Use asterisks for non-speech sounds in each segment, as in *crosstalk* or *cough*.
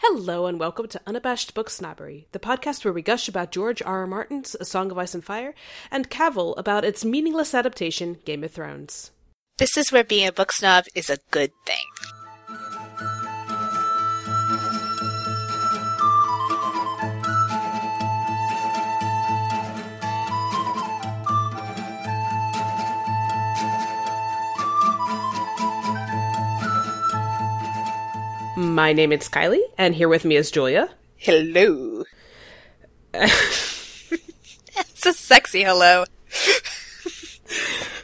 Hello and welcome to Unabashed Book Snobbery, the podcast where we gush about George R. R. Martin's A Song of Ice and Fire and cavil about its meaningless adaptation, Game of Thrones. This is where being a book snob is a good thing. My name is Kylie, and here with me is Julia. *laughs* Hello. it's a sexy hello.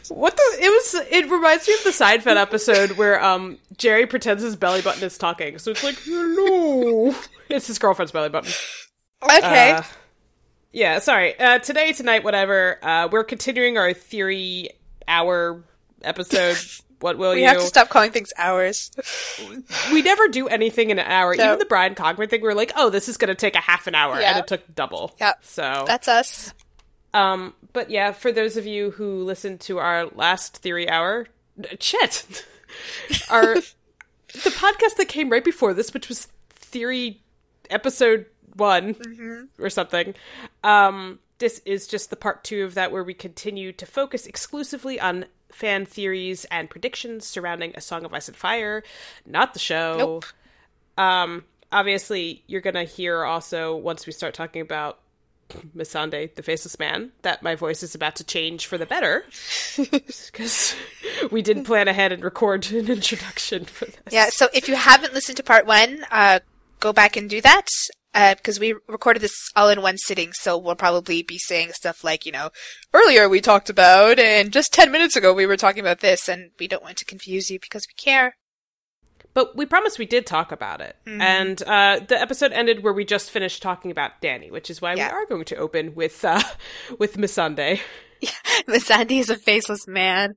What the? It was. It reminds me of the Seinfeld episode where um Jerry pretends his belly button is talking, so it's like *laughs* hello. it's his girlfriend's belly button. Okay. Uh, yeah, sorry. Uh, today, tonight, whatever. Uh, we're continuing our theory hour episode. What will we you? have to stop calling things ours. We never do anything in an hour. No. Even the Brian Cogman thing, we were like, "Oh, this is going to take a half an hour," Yeah. and it took double. Yeah. So, That's us. um, but yeah, for those of you who listened to our last theory hour, shit, *laughs* our the podcast that came right before this, which was theory episode one or something. Um, this is just the part two of that where we continue to focus exclusively on fan theories and predictions surrounding A Song of Ice and Fire, not the show. Nope. Um, obviously, you're going to hear also once we start talking about Missande, the Faceless Man, that my voice is about to change for the better because we didn't plan ahead and record an introduction for this. Yeah, so if you haven't listened to part one, uh, go back and do that. Uh, because we recorded this all in one sitting, so we'll probably be saying stuff like, you know, earlier we talked about, and just 10 minutes ago we were talking about this, and we don't want to confuse you because we care. But we promise we did talk about it. And uh, the episode ended where we just finished talking about Danny, which is why Yeah. we are going to open with uh, *laughs* with Missande. *laughs* Sandy is a faceless man.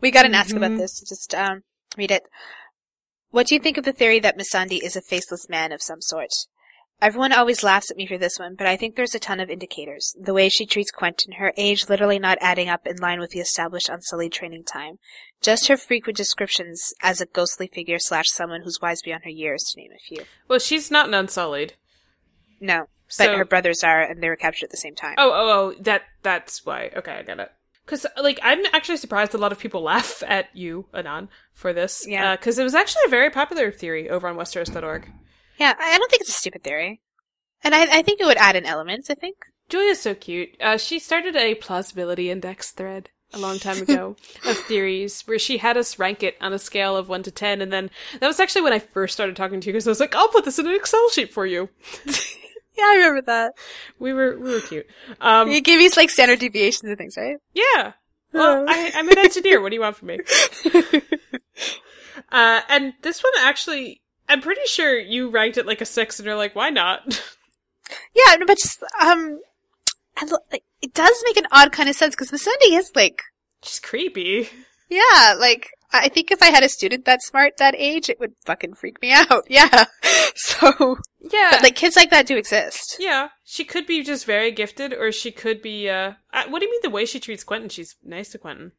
we got an ask about this. Just um, read it. What do you think of the theory that Misandi is a faceless man of some sort? Everyone always laughs at me for this one, but I think there's a ton of indicators. The way she treats Quentin, her age literally not adding up in line with the established unsullied training time, just her frequent descriptions as a ghostly figure slash someone who's wise beyond her years, to name a few. Well, she's not an Unsullied. No, but So- her brothers are, and they were captured at the same time. Oh, oh, oh, that that's why. Okay, I get it. Because like I'm actually surprised a lot of people *laughs* laugh at you, Anon, for this. Yeah. Because it was actually a very popular theory over on Westeros.org. Yeah, I I don't think it's a stupid theory. And I, I think it would add an element, I think. Julia's so cute. Uh, she started a plausibility index thread a long time ago of theories where she had us rank it on a scale of 1 to 10. And then that was actually when I first started talking to you because I was like, I'll put this in an Excel sheet for you. Yeah, I remember that. We were, we were cute. Um, You gave me like standard deviations and things, right? *laughs* yeah. Well, I, I'm an engineer. What do you want from me? Uh, and this one actually, I'm pretty sure you ranked it like a six and you're like, why not? *laughs* yeah, no, but just um, I lo- like, it does make an odd kind of sense because Missandei is like, She's creepy. yeah, like I I think if I had a student that smart that age, it would fucking freak me *laughs* out. Yeah, so Yeah. but like kids like that do exist. Yeah, she could be just very gifted, or she could be. uh I- What do you mean the way she treats Quentin? She's nice to Quentin.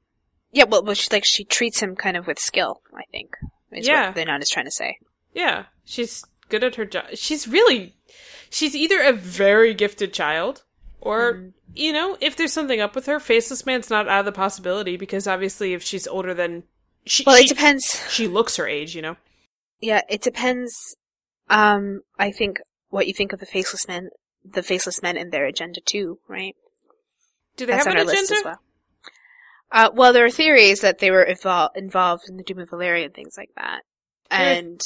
Yeah, well, well, she like she treats him kind of with skill. I think. Is Yeah. what the nun is trying to say. Yeah, she's good at her job. She's really, she's either a very gifted child, or Mm-hmm. you know, if there's something up with her, faceless man's not out of the possibility because obviously, if she's older than she, Well, she, it depends. she looks her age. You know. Yeah, it depends. Um, I think what you think of the faceless men, the faceless men and their agenda too, right? Do they That's have on an our agenda? list as well. Uh, well, there are theories that they were evol- involved in the Doom of Valyria and things like that, There's- and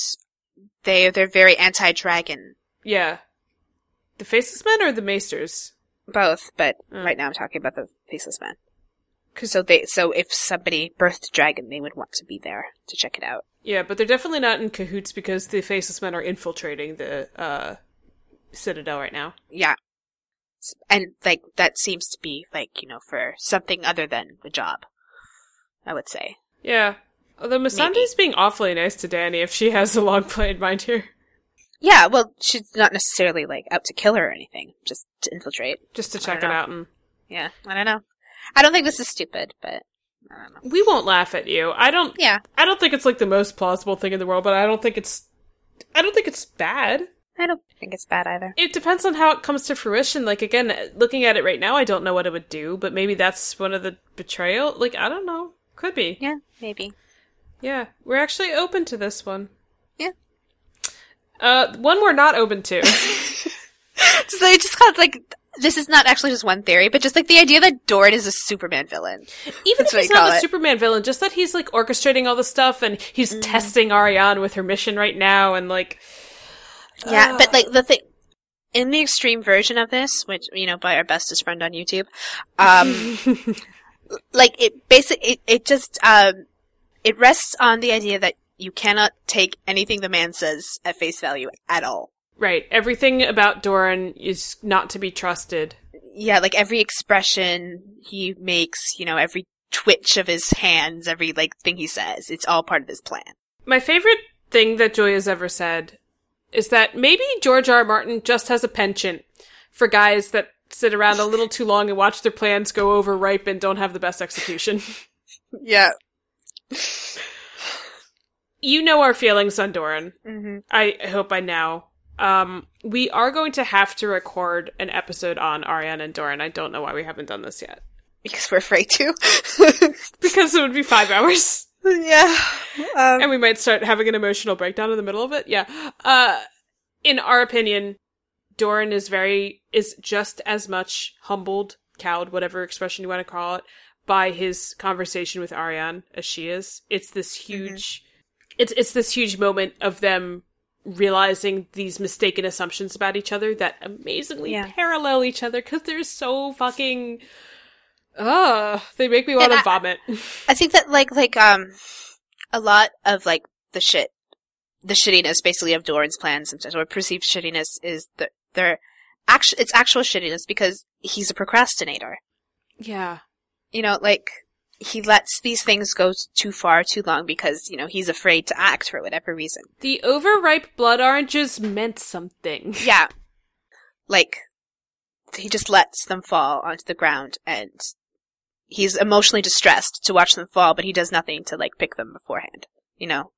they they're very anti-dragon, Yeah, the faceless men or the maesters? both. But Mm. right now, I'm talking about the faceless men. 'Cause- So they so if somebody birthed a dragon, they would want to be there to check it out. Yeah, but they're definitely not in cahoots because the faceless men are infiltrating the uh citadel right now. Yeah. S- And like that seems to be like, you know, for something other than the job. I would say. Yeah. Although Misande's being awfully nice to Danny if she has a long play in mind here. *laughs* Yeah, well, she's not necessarily like out to kill her or anything, just to infiltrate. Just to I check it don't know. out and Yeah, I don't know. I don't think this is stupid, but I don't know. we won't laugh at you. I don't Yeah. I don't think it's like the most plausible thing in the world, but I don't think it's I don't think it's bad. I don't think it's bad either. It depends on how it comes to fruition. Like again, looking at it right now, I don't know what it would do, but maybe that's one of the betrayal. Like I don't know. Could be. Yeah, maybe. Yeah, we're actually open to this one. Yeah. Uh, one we're not open *laughs* to. So it just kind of like this is not actually just one theory, but just like the idea that Dorrit is a Superman villain. Even That's if what he's you call not a it. Mm. Superman villain, just that he's like orchestrating all the stuff and he's testing Ariane with her mission right now, and like Yeah, Ah. but like the thing in the extreme version of this, which you know by our bestest friend on YouTube, *laughs* um, like it basically it, it just um, it rests on the idea that you cannot take anything the man says at face value at all. right, everything about Doran is not to be trusted. Yeah, like every expression he makes, you know, every twitch of his hands, every like thing he says, it's all part of his plan. My favorite thing that Joy has ever said is that maybe George R. R. Martin just has a penchant for guys that sit around a little too long and watch their plans go over ripe and don't have the best execution. *laughs* Yeah. you know our feelings on Doran. Mm-hmm. I hope I now. Um, we are going to have to record an episode on Ariane and Doran. I don't know why we haven't done this yet. *laughs* Because we're afraid to. *laughs* Because it would be five hours. yeah. Um, *laughs* And we might start having an emotional breakdown in the middle of it. Yeah. Uh, in our opinion, Doran is very, is just as much humbled, cowed, whatever expression you want to call it, by his conversation with Ariane as she is. It's this Mm-hmm. huge, it's, it's this huge moment of them realizing these mistaken assumptions about each other that amazingly Yeah. parallel each other because they're so fucking, ugh, they make me want And to I- vomit. *laughs* I think that like like um a lot of like the shit the shittiness basically of Doran's plans sometimes or perceived shittiness is the their actu it's actual shittiness because he's a procrastinator. yeah. You know, like he lets these things go too far too long because, you know, he's afraid to act for whatever reason. The overripe blood oranges meant something. *laughs* Yeah. Like, he just lets them fall onto the ground and he's emotionally distressed to watch them fall, but he does nothing to, like, pick them beforehand. You know?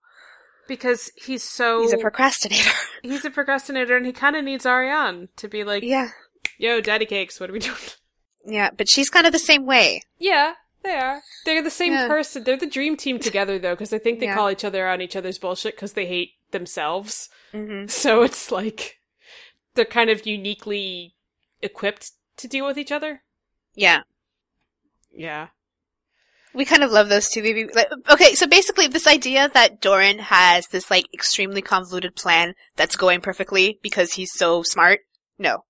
Because he's so He's a procrastinator. he's a procrastinator and he kind of needs Ariane to be like, yeah. "Yo, daddy cakes, what are we doing?" *laughs* Yeah, but she's kind of the same way. yeah, they are. They're the same Yeah. person. They're the dream team together though because I think they Yeah. call each other on each other's bullshit cuz they hate themselves. *laughs* Mm-hmm. So it's like they're kind of uniquely equipped to deal with each other. Yeah. Yeah. We kind of love those two. Maybe, like, okay, so basically this idea that Doran has this, like, extremely convoluted plan that's going perfectly because he's so smart. No.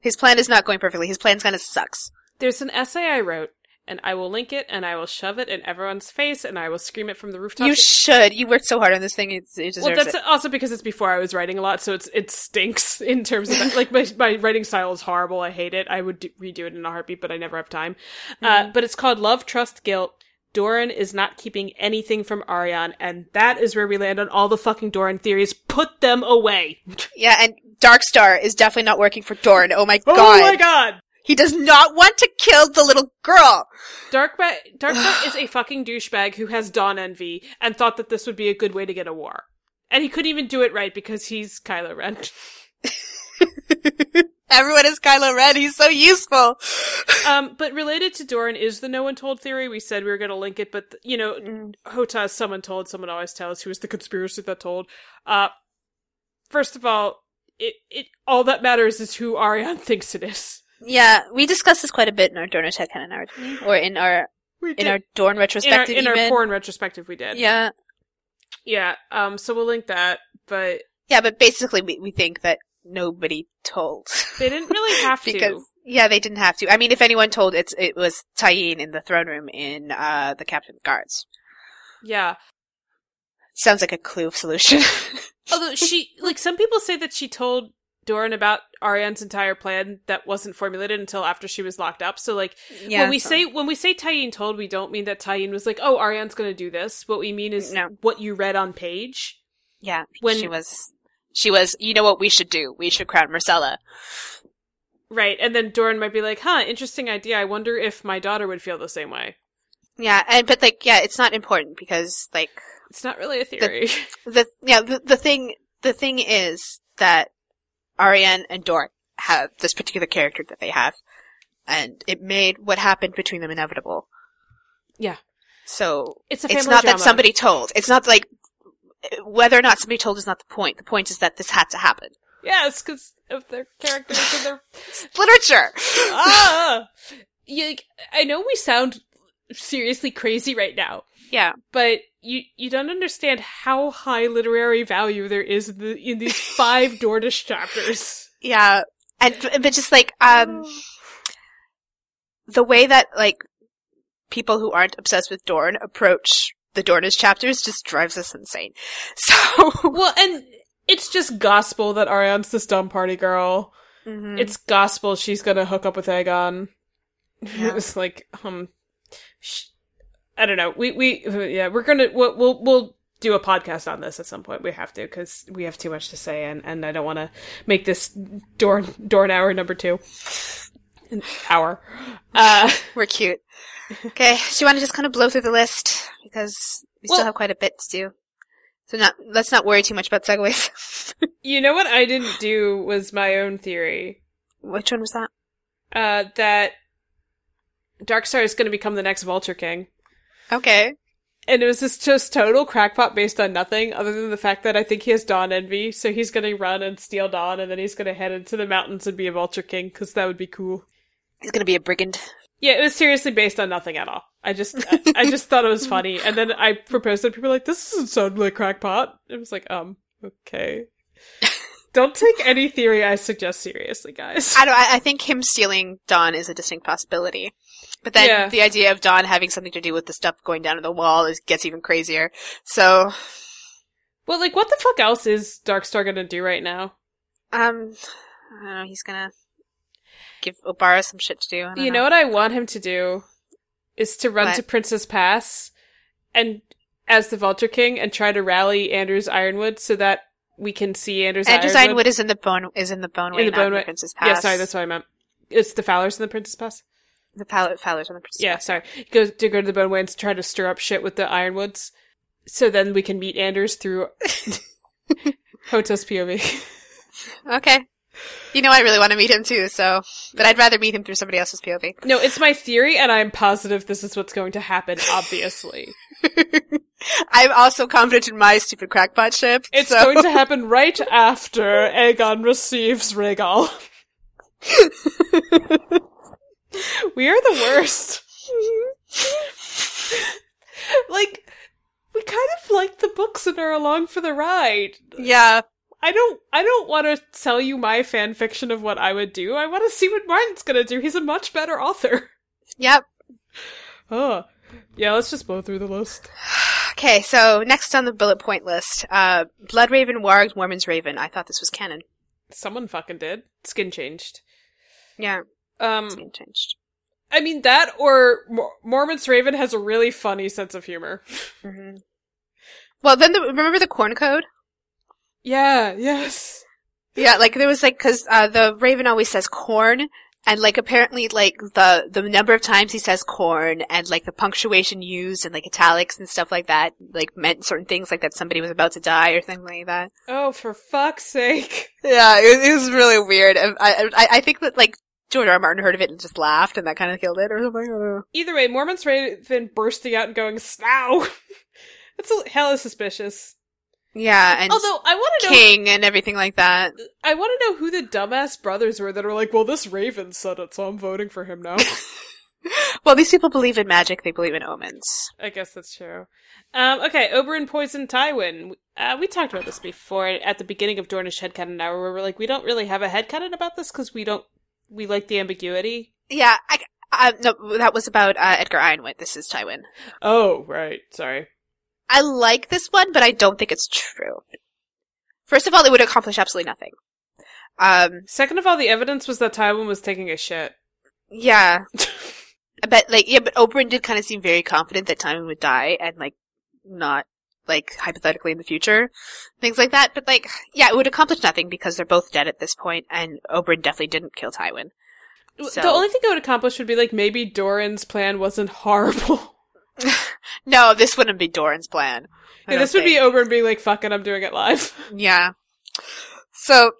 His plan is not going perfectly. His plan kind of sucks. There's an essay I wrote and I will link it and I will shove it in everyone's face and I will scream it from the rooftops. You should. You worked so hard on this thing. It, it deserves Well, that's it. also because it's before I was writing a lot, so it's it stinks *laughs* in terms of like my my writing style is horrible. I hate it. I would do, redo it in a heartbeat, but I never have time. Mm-hmm. Uh, but it's called Love, Trust, Guilt. Doran is not keeping anything from Ariane, and that is where we land on all the fucking Doran theories. Put them *laughs* away. Yeah, and Dark Star is definitely not working for Doran. Oh my god. Oh my god. He does not want to kill the little girl. *laughs* Dark Darkbat *sighs* is a fucking douchebag who has Dawn envy and thought that this would be a good way to get a war. And he couldn't even do it right because he's Kylo Ren. *laughs* Everyone is Kylo Ren. He's so useful. um, but related to Doran is the no one told theory. We said we were going to link it, but you know, Mm. Hota is someone told, someone always tells who is the conspiracy that told. Uh, first of all, it it all that matters is who Ariane *laughs* thinks it is. Yeah, we discussed this quite a bit in our Dorn Tech and in our, or in our, We in did- our Dorn in our retrospective in our even. porn retrospective we did. yeah. yeah. Um, so we'll link that, but Yeah, but basically we, we think that nobody told. they didn't *laughs* really have to. because, yeah, they didn't have to. I mean, if anyone told, it's, it was Tyene in the throne room in, uh, the Captain's Guards. Yeah, Sounds like a clue solution. although she like some people say that she told. Doran about Ariane's entire plan that wasn't formulated until after she was locked up. So like yeah. *laughs* when we so- say when we say Tyene told, we don't mean that Tyene was like, "Oh, Ariane's going to do this." What we mean is No. what you read on page. Yeah, When- when she was, she was. You know what we should do? We should crown Marcella. Right, and then Doran might be like, "Huh, interesting idea. I wonder if my daughter would feel the same way." Yeah, and but like, yeah, it's not important because like It's not really a theory. *laughs* the yeah the, the thing the thing is that Ariane and Dork have this particular character that they have, and it made what happened between them inevitable. Yeah. So It's a family it's not drama. that somebody told. It's not like whether or not somebody told is not the point. The point is that this had to happen. Yes, because of their characters and their *laughs* It's literature. ah. You, like, I know we sound seriously crazy right now, Yeah. but you you don't understand how high literary value there is in, the, in *laughs* these five Dordish chapters. Yeah. And but just like um the way that like people who aren't obsessed with Dorn approach the Dornish chapters just drives us insane. *laughs* So well, and it's just gospel that Ariane's this dumb party girl. Mm-hmm. Mm. It's gospel she's gonna hook up with Aegon. *laughs* Yeah. it was like um, sh- I don't know. We we yeah we're gonna we'll we'll, we'll do a podcast on this at some point. We have to because we have too much to say, and and I don't want to make this door door an hour number two. An hour. Uh, we're cute. Okay, so you want to just kind of blow through the list because we Well- still have quite a bit to do. So not let's not worry too much about segues. *laughs* you know what I didn't do was my own theory Which one was that? uh, that Darkstar is going to become the next Vulture King. Okay. And it was this just total crackpot based on nothing other than the fact that I think he has Dawn envy, so he's gonna run and steal Dawn and then he's gonna head into the mountains and be a Vulture King, because that would be cool. He's gonna be a brigand. Yeah, it was seriously based on nothing at all. I just, I, I just thought it was funny, and then I proposed it. People were like, "This doesn't sound like crackpot." It was like, um, okay. Don't take any theory I suggest seriously, guys. I don't. I I think him stealing Dawn is a distinct possibility, but then Yeah. the idea of Dawn having something to do with the stuff going down to the wall is gets even crazier. So, Well, like, what the fuck else is Darkstar gonna do right now? um, I don't know. He's gonna give Obara some shit to do. I don't You know what I want him to do is to run What? to Princess Pass and as the Vulture King and try to rally Andrews Ironwood so that we can see Andrews, Andrew Ironwood. Ironwood is in the bone is in the bone way, the in the Bone bone Way. Princess Pass. Yeah, sorry, that's what I meant. It's the Fowlers and the Princess Pass. the palette Fowler's on the Princess. Yeah, sorry. Go to go to the Boneway and try to stir up shit with the Ironwoods, so then we can meet Anders through *laughs* Hotos POV. Pass. Okay. You know, I really want to meet him too. So, but I'd rather meet him through somebody else's *laughs* POV. No, it's my theory, and I'm positive this is what's going to happen. Obviously, I'm also confident in my stupid crackpot ship. it's so- going to happen right after Aegon receives Rhaegal. we are the worst. like, we kind of like the books and are along for the ride. yeah. I don't I don't want to tell you my fan fiction of what I would do. I want to see what Martin's going to do. He's a much better author. *laughs* Yep. Oh. Yeah, let's just blow through the list. Okay, so next on the bullet point list, uh, Blood Raven, Warg, Mormon's Raven. I thought this was canon. Someone fucking did. Skin changed. Yeah, it's Um been changed. I mean that or Mor- Mormon's Raven has a really funny sense of humor. hmm Well, then the, remember the corn code? Yeah, yes. Yeah, like there was like because uh, the Raven always says corn, and like apparently like the the number of times he says corn, and like the punctuation used, and like italics and stuff like that, like meant certain things, like that somebody was about to die or something like that. Oh, for fuck's sake. Yeah, it was, it was really weird. I, I I think that like George R. R. Martin heard of it and just laughed, and that kind of killed it or something. I don't know. Either way, Mormon's Raven bursting out and going snow. *laughs* That's a- hella suspicious. Yeah, and Although I want to know King and everything like that. I want to know who the dumbass brothers were that were like, well, this Raven said it, so I'm voting for him now. *laughs* Well, these people believe in magic. They believe in omens. *laughs* I guess that's true. Um, okay, Oberyn poisoned Tywin. Uh, we talked about this before at the beginning of Dornish Headcanon Hour, where we're like, we don't really have a headcanon about this because we don't, we like the ambiguity. Yeah, I, I- no, that was about uh, Edgar Ironwood. This is Tywin. Oh, right. Sorry. I like this one, but I don't think it's true. First of all, it would accomplish absolutely nothing. Um, Second of all, the evidence was that Tywin was taking a shit. *laughs* yeah, but like, yeah, but Oberyn did kind of seem very confident that Tywin would die and like not like hypothetically in the future, things like that. But like, yeah, it would accomplish nothing because they're both dead at this point, and Oberyn definitely didn't kill Tywin. So- The only thing I would accomplish would be like, maybe Doran's plan wasn't horrible. *laughs* No, this wouldn't be Doran's plan. I Yeah, don't this would be think. Oberyn being like, fuck it, I'm doing it live. *laughs* yeah. So,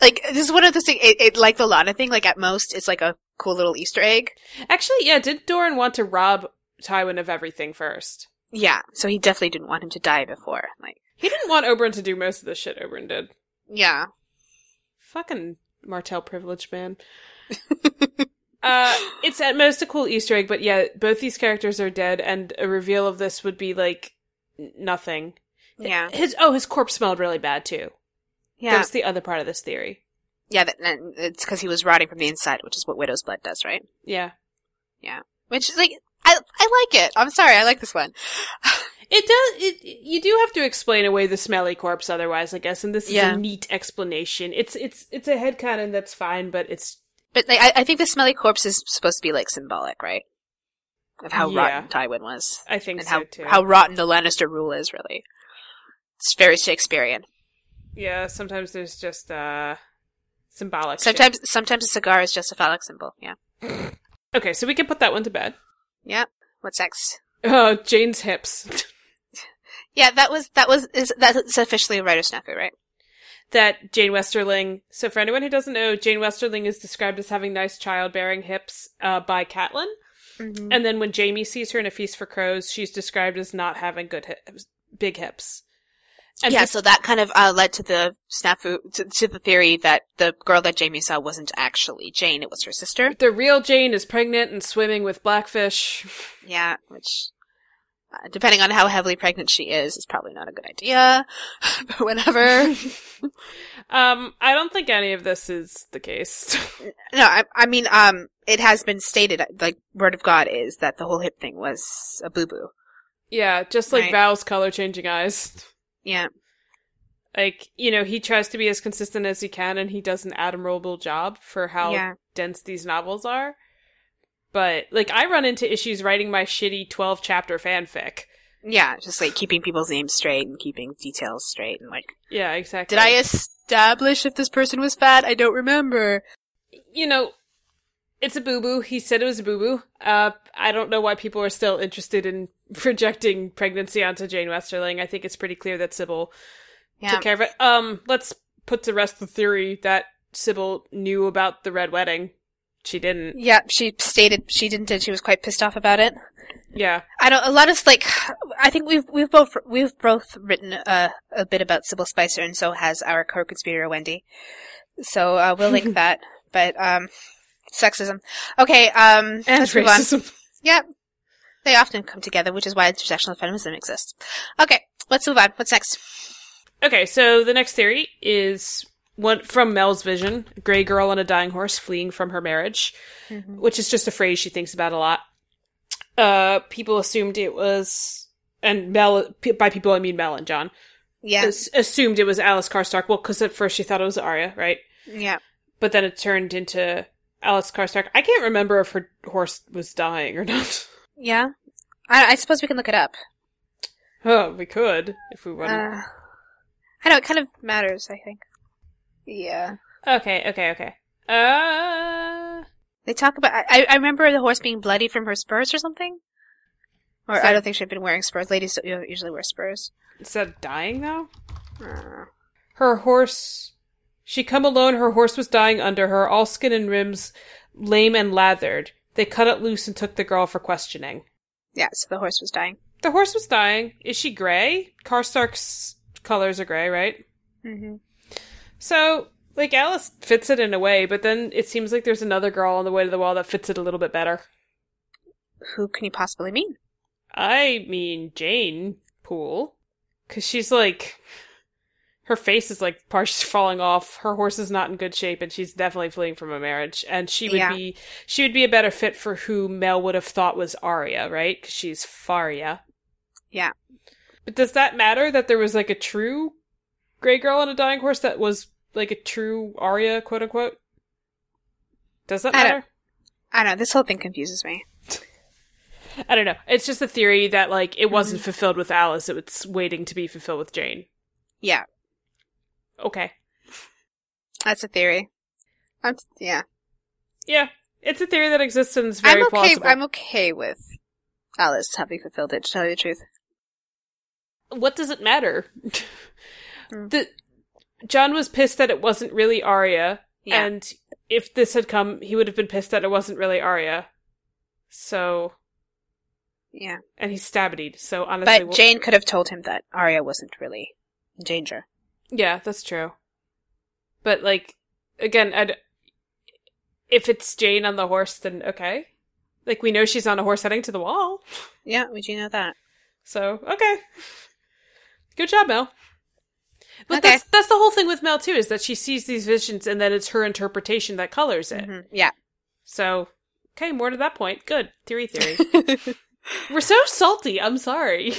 like, this is one of those things, it, it, like the Lana thing, like, at most, it's like a cool little Easter egg. Actually, yeah, did Doran want to rob Tywin of everything first? Yeah, so he definitely didn't want him to die before. Like, He didn't want Oberyn to do most of the shit Oberyn did. yeah. Fucking Martell privilege, *laughs* man. uh, it's at most a cool Easter egg, but yeah, both these characters are dead, and a reveal of this would be like n- nothing. Yeah. His oh, his corpse smelled really bad too. Yeah. That's the other part of this theory. yeah, that, and it's because he was rotting from the inside, which is what widow's blood does, right? Yeah, Which is like, I, I like it. I'm sorry, I like this one. it does. It you do have to explain away the smelly corpse, otherwise, I guess. And this is Yeah. a neat explanation. It's it's it's a headcanon that's fine, but it's But like, I, I think the smelly corpse is supposed to be like symbolic, right? Of how Yeah. rotten Tywin was, I think and so how too. how rotten the Lannister rule is. Really, it's very Shakespearean. yeah, sometimes there's just uh symbolic. shit. Sometimes, sometimes a cigar is just a phallic symbol. Yeah. okay, so we can put that one to bed. Yeah. What's next? Uh, Jane's hips. *laughs* Yeah, that was that was is that's officially a writer's snafu, right? that Jane Westerling. So, for anyone who doesn't know, Jane Westerling is described as having nice childbearing hips uh, by Catelyn. Mm-hmm. And then when Jamie sees her in A Feast for Crows, she's described as not having good hips, big hips. And yeah, this- so that kind of uh, led to the snafu to, to the theory that the girl that Jamie saw wasn't actually Jane; it was her sister. the real Jane is pregnant and swimming with blackfish. Yeah, which, uh, depending on how heavily pregnant she is, is probably not a good idea. *laughs* but whatever. *laughs* *laughs* Um, I don't think any of this is the case. *laughs* no, I, I mean, um, it has been stated, like, word of God is that the whole hip thing was a boo boo. yeah, just like Right. Val's color changing eyes. Yeah. Like, you know, he tries to be as consistent as he can and he does an admirable job for how Yeah. dense these novels are. But like I run into issues writing my shitty 12 chapter fanfic. Yeah, just like keeping people's names straight and keeping details straight and like, Yeah, exactly. did I establish if this person was fat? I don't remember. you know, it's a boo boo. He said it was a boo boo. Uh, I don't know why people are still interested in *laughs* projecting pregnancy onto Jane Westerling. I think it's pretty clear that Sybil Yeah. took care of it. Um, let's put to rest the theory that Sybil knew about the red wedding. She didn't. Yeah, she stated she didn't and she was quite pissed off about it. Yeah. I don't. A lot of like, I think we've we've both we've both written uh, a bit about Sybil Spicer, and so has our co-conspirator Wendy. So uh, we'll link that. But um, sexism. Okay. Um, *laughs* And let's move on. racism. Yep. They often come together, which is why intersectional feminism exists. Okay, let's move on. What's next? Okay, so the next theory is one from Mel's vision: a gray girl on a dying horse fleeing from her marriage, which is just a phrase she thinks about a lot. Uh, people assumed it was, and Mel by people I mean Mel and John Yeah, as- assumed it was Alice Karstark. Well, because at first she thought it was Arya, right? yeah. But then it turned into Alice Karstark. I can't remember if her horse was dying or not. *laughs* Yeah. I, I suppose we can look it up. oh, we could if we wanted. Uh, I know, it kind of matters, I think. Yeah. okay, okay, okay. Uh. They talk about. I, I remember the horse being bloody from her spurs or something. Or So- I don't think she'd been wearing spurs. Ladies don't usually wear spurs. Is that dying though? Uh, Her horse. She come alone, her horse was dying under her, all skin and rims, lame and lathered. They cut it loose and took the girl for questioning. yeah, so the horse was dying. The horse was dying. Is she gray? Karstark's colors are gray, right? Mm-hmm. So, like, Alice fits it in a way, but then it seems like there's another girl on the way to the wall that fits it a little bit better. Who can you possibly mean? I mean, Jane Poole. Because she's like. Her face is like partially *laughs* falling off. Her horse is not in good shape, and she's definitely fleeing from a marriage. And she would Yeah. be she would be a better fit for who Mel would have thought was Arya, right? Because she's Faria. Yeah. But does that matter that there was like a true gray girl on a dying horse that was like a true Arya, quote unquote? Does that I don't- matter? I don't know. This whole thing confuses me. I don't know. It's just a theory that like it wasn't Mm-hmm. fulfilled with Alice; it was waiting to be fulfilled with Jane. Yeah, Okay, that's a theory. I'm yeah. yeah, it's a theory that exists and it's very I'm okay. plausible. I'm okay with Alice having fulfilled it. To tell you the truth, What does it matter? *laughs* Hmm. the John was pissed that it wasn't really Arya, Yeah. and if this had come, he would have been pissed that it wasn't really Arya. So, Yeah. and he's stabbedied. So honestly, But we'll- Jane could have told him that Arya wasn't really in danger. yeah, that's true. But like, again, I'd, if it's Jane on the horse, then okay. Like we know she's on a horse heading to the wall, Yeah, would you know that? so okay. Good job, Mel. But Okay. that's that's the whole thing with Mel too, is that she sees these visions and then it's her interpretation that colors it. Mhm. Yeah. So, okay, more to that point. Good. Theory, theory. *laughs* We're so salty. I'm sorry.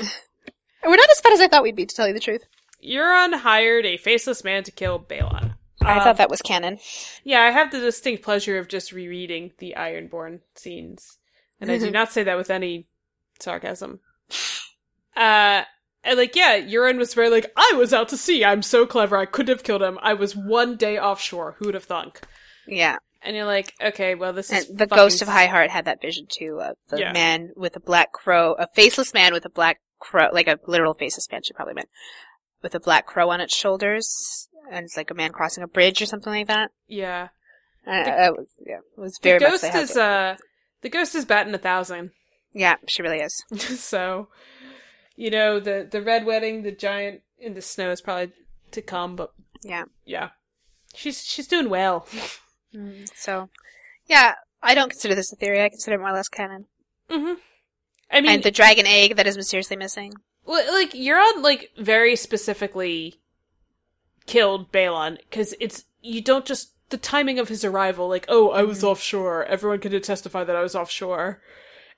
We're not as bad as I thought we'd be, to tell you the truth. Euron hired a faceless man to kill Balon. I Uh, thought that was canon. Yeah, I have the distinct pleasure of just rereading the Ironborn scenes. And I Mm-hmm. do not say that with any sarcasm. Uh, and like, yeah, Euron was very like, I was out to sea. I'm so clever. I could have killed him. I was one day offshore. Who would have thunk? Yeah. And you're like, okay, well, this is And the fucking- ghost of High Heart had that vision too of the Yeah. man with a black crow, a faceless man with a black crow, like a literal faceless man, she probably meant, with a black crow on its shoulders, and it's like a man crossing a bridge or something like that. Yeah. Uh, The- uh, was, yeah, it was very the much ghost like how is it- uh the ghost is batting a thousand *laughs* yeah, she really is. so you know the the red wedding the giant in the snow is probably to come but Yeah. yeah she's she's doing well Mm-hmm. So, yeah, I don't consider this a theory. I consider it more or less canon. mm-hmm. i mean and the dragon egg that is mysteriously missing. li- like Euron like very specifically killed Balon because it's you don't just the timing of his arrival like oh I Mm-hmm. was offshore everyone can testify that I was offshore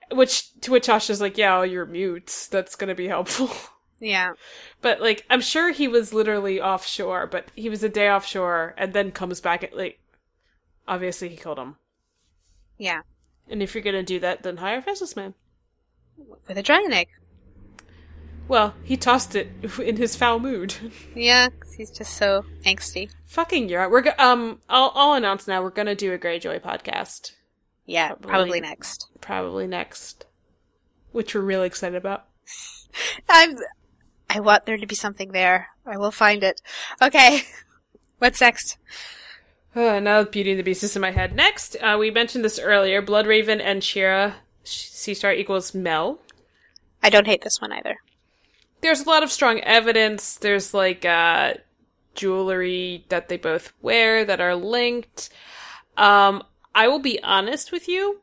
which to which Asha's like yeah well, you're mutes that's gonna be helpful *laughs* Yeah. But like, I'm sure he was literally offshore, but he was a day offshore and then comes back at like. Obviously, he killed him. Yeah. And if you're gonna do that, then hire a faceless man. With a dragon egg. Well, he tossed it *laughs* in his foul mood. *laughs* Yeah, 'cause he's just so angsty. Fucking Europe. We're go- um. I'll I'll announce now. We're gonna do a Greyjoy podcast Yeah, Probably. probably next. probably next, which we're really excited about. I'm. I want there to be something there. I will find it. Okay. *laughs* What's next? Uh, now that Beauty and the Beast is in my head. Next, uh, we mentioned this earlier. Bloodraven and Shira. Sea Star equals Mel. I don't hate this one either. there's a lot of strong evidence. There's like uh jewelry that they both wear that are linked. Um I will be honest with you.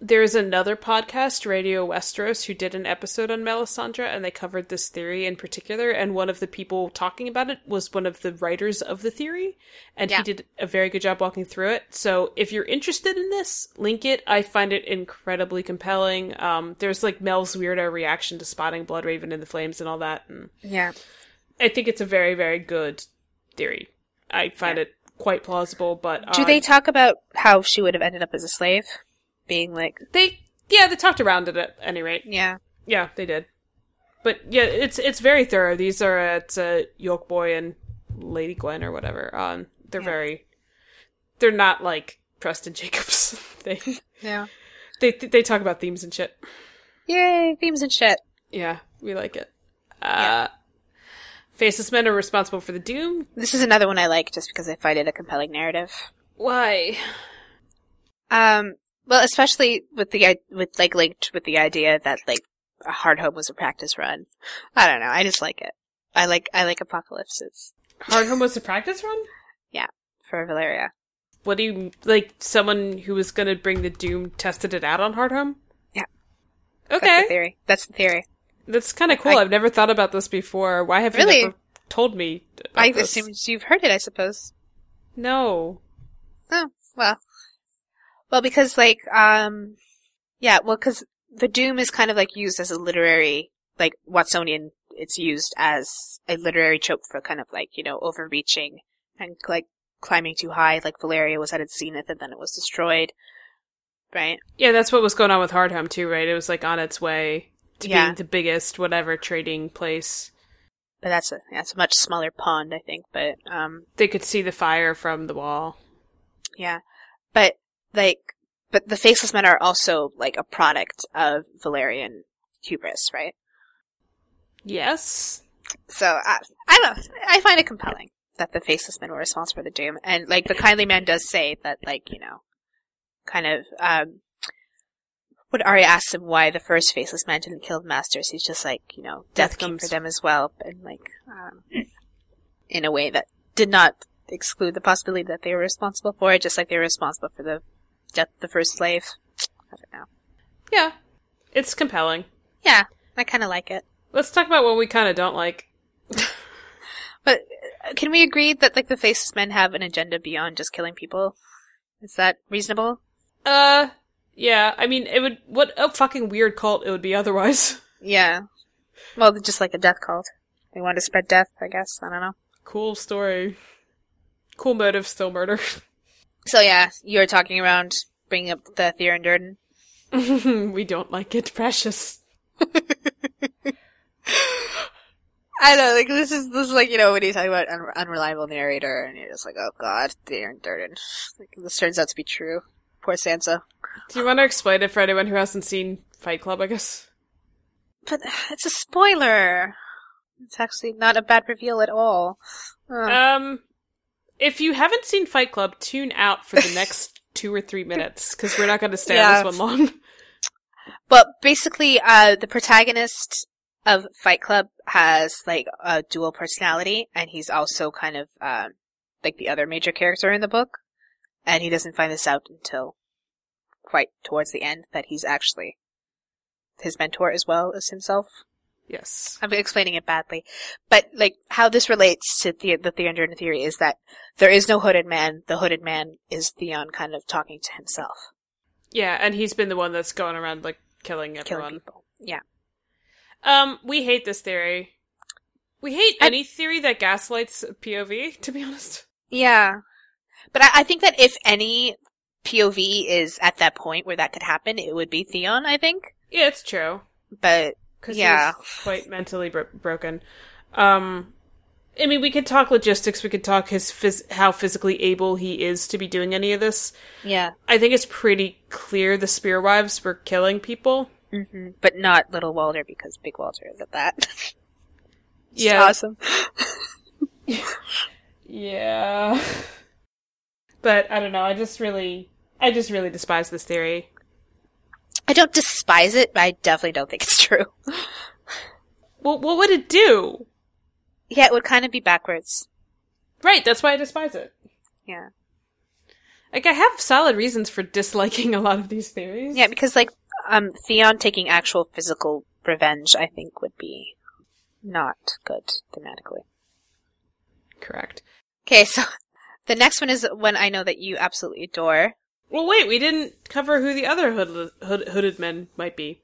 There's another podcast, Radio Westeros, who did an episode on Melisandre and they covered this theory in particular and one of the people talking about it was one of the writers of the theory and Yeah. he did a very good job walking through it. So if you're interested in this, link it. I find it incredibly compelling. Um, there's like Mel's weirdo reaction to spotting Blood Raven in the flames and all that. And Yeah. I think it's a very, very good theory. I find it quite plausible, but Do uh, they talk about how she would have ended up as a slave? Being like, They yeah, they talked around it at any rate. yeah, Yeah, they did. But yeah, it's it's very thorough. These are uh, it's uh, York Boy and Lady Gwen or whatever. Um, they're Yeah. very, they're not like Preston Jacobs. *laughs* they yeah, they they talk about themes and shit. yay, themes and shit. Yeah, we like it. Uh, Faceless men are responsible for the doom. This is another one I like just because I find it a compelling narrative. Why? Um, well, especially with the i- with like linked with the idea that like a hard home was a practice run. I don't know. I just like it. I like I like apocalypses Hardhome was a practice run. for Valeria. What do you like? Someone who was going to bring the doom tested it out on Hardhome. Yeah. That's the Okay, theory. That's the theory. that's kind of cool. I- I've never thought about this before. Why have Really? you never told me? about I this? assume you've heard it. I suppose. no. Oh well, well because like um, yeah, well because the Doom is kind of like used as a literary like Watsonian. It's used as a literary trope for kind of like you know overreaching and like climbing too high. Like Valeria was at its zenith and then it was destroyed, right? Yeah, that's what was going on with Hardhome too, right? It was like on its way to Yeah. being the biggest whatever trading place. But that's a that's a much smaller pond, I think. But um, They could see the fire from the wall. Yeah. But like but the faceless men are also like a product of Valerian hubris, right? Yes, uh, So I I don't know. I find it compelling. that the faceless men were responsible for the doom. And like the kindly man does say that like, you know, kind of um when Arya asks him why the first faceless man didn't kill the masters, he's just like, you know, death, Death came comes- for them as well and like um in a way that did not exclude the possibility that they were responsible for it, just like they were responsible for the death of the first slave. I don't know. Yeah, it's compelling. Yeah, I kinda like it. Let's talk about what we kind of don't like. But uh, can we agree that like the faceless men have an agenda beyond just killing people? Is that reasonable? Uh, yeah. I mean, it would what a fucking weird cult it would be otherwise. *laughs* Yeah. Well, they're just like a death cult. They want to spread death, I guess. I don't know. cool story. Cool motive, still murder. *laughs* So yeah, you were talking around bringing up the Theron Durden. we don't like it, precious. I know, like this is this is like you know when you talk about un- unreliable narrator, and you're just like, oh god, Theron Durden. Like, this turns out to be true. Poor Sansa. Do you want to explain it for anyone who hasn't seen Fight Club? I guess. But it's a spoiler. It's actually not a bad reveal at all. Ugh. Um, if you haven't seen Fight Club, tune out for the next two or three minutes because we're not going to stay on this Yeah. one long. But basically, uh, the protagonist of Fight Club has like a dual personality, and he's also kind of um, like the other major character in the book. And he doesn't find this out until quite towards the end that he's actually his mentor as well as himself. yes. I'm explaining it badly, but like how this relates to the the Theon theory is that there is no hooded man. The hooded man is Theon kind of talking to himself, Yeah, and he's been the one that's going around like killing everyone. killing people. Yeah. Um, we hate this theory. We hate I- any theory that gaslights POV. To be *laughs* honest, Yeah. But I, I think that if any POV is at that point where that could happen, it would be Theon, I think. yeah, it's true. But because Yeah. he's quite mentally bro- broken. Um, I mean, we could talk logistics. We could talk his phys- how physically able he is to be doing any of this. yeah. I think it's pretty clear the Spearwives were killing people. hmm But not Little Walter because Big Walter is at that. *laughs* It's Yeah. awesome. Yeah, *laughs* but I don't know. I just really, I just really despise this theory. I don't despise it, but I definitely don't think it's *laughs* true. Well, what would it do? Yeah, it would kind of be backwards. Right, that's why I despise it. Yeah. Like I have solid reasons for disliking *laughs* a lot of these theories. Yeah, because like, um, Theon taking actual physical revenge, I think would be not good thematically. correct. Okay, so *laughs* the next one is one I know that you absolutely adore. Well, wait, we didn't cover who the other hood- hood- hooded men might be.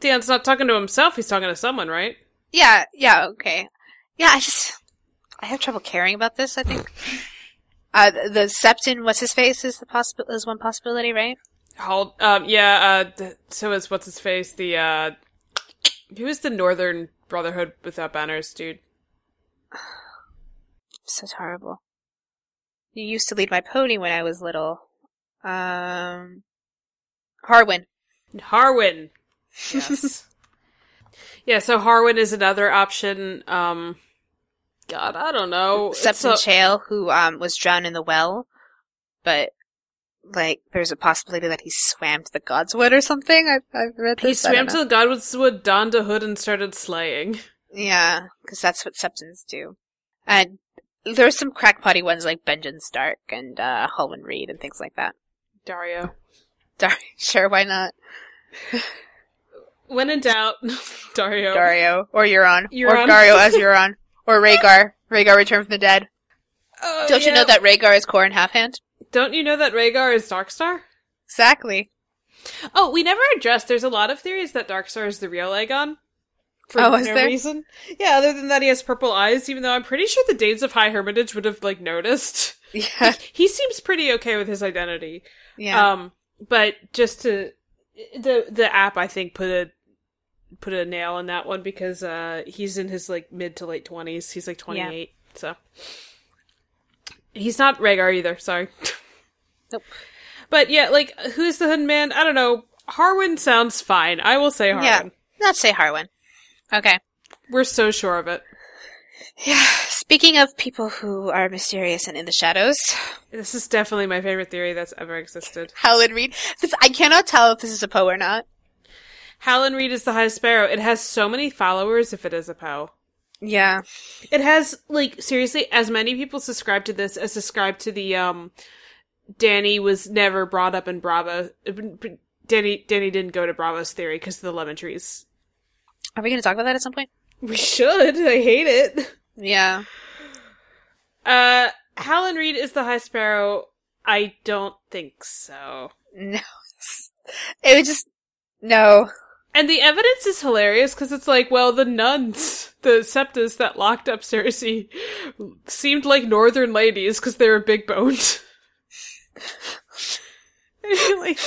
Theon's not talking to himself, he's talking to someone, right? Yeah, yeah, okay. Yeah, I just I have trouble caring about this, *laughs* I think. Uh the, the Septon what's his face is the possible is one possibility, right? Hald, um, yeah, uh, th- so is what's his face? The, uh, who is the Northern Brotherhood without banners, dude? So horrible. You used to lead my pony when I was little. Um Harwin. Harwin! *laughs* Yes. *laughs* yeah, so Harwin is another option. Um, God, I don't know. It's Septon a- Chale, who um was drowned in the well, but like there's a possibility that he swam to the godswood or something. I I've read this. he I don't swam know. to the Godwood, donned a hood, and started slaying. Yeah, because that's what septons do. And there are some crackpotty ones like Benjamin Stark and uh, Holman Reed and things like that. *laughs* Dario. Dar- sure, why not? When in doubt, *laughs* Dario. Dario or Euron or Euron. Dario as Euron or Rhaegar. Rhaegar returned from the dead. Oh, Don't you yeah. know that Rhaegar is Corin Halfhand? Don't you know that Rhaegar is Darkstar? Exactly. Oh, we never addressed. There's a lot of theories that Darkstar is the real Aegon. For Oh, is no there? reason. Yeah, other than that he has purple eyes, even though I'm pretty sure the Danes of High Hermitage would have like noticed. *laughs* *laughs* Yeah, He seems pretty okay with his identity. yeah. Um but just to the the app I think put a put a nail in that one because uh he's in his like mid to late twenties. He's like twenty eight, so he's not Rhaegar either, sorry. *laughs* Nope. But yeah, like who's the hood man? I don't know. Harwin sounds fine. I will say Harwin. Yeah. Not say Harwin. Okay. We're so sure of it. Yeah. Speaking of people who are mysterious and in the shadows, *laughs* This is definitely my favorite theory that's ever existed. Helen Reed. This I cannot tell if this is a Poe or not. Howlin' Reed is the High Sparrow. It has so many followers if it is a Poe. Yeah. It has like seriously as many people subscribe to this as subscribe to the um Danny was never brought up in Bravo. Danny Danny didn't go to Bravo's theory because of the lemon trees. Are we going to talk about that at some point? We should. I hate it. Yeah. Uh, Howlin' Reed is the High Sparrow. I don't think so. No. *laughs* It would just no. And the evidence is hilarious because it's like, well, the nuns, the septas that locked up Cersei, seemed like northern ladies because they were big boned. *laughs* And you're *laughs* like,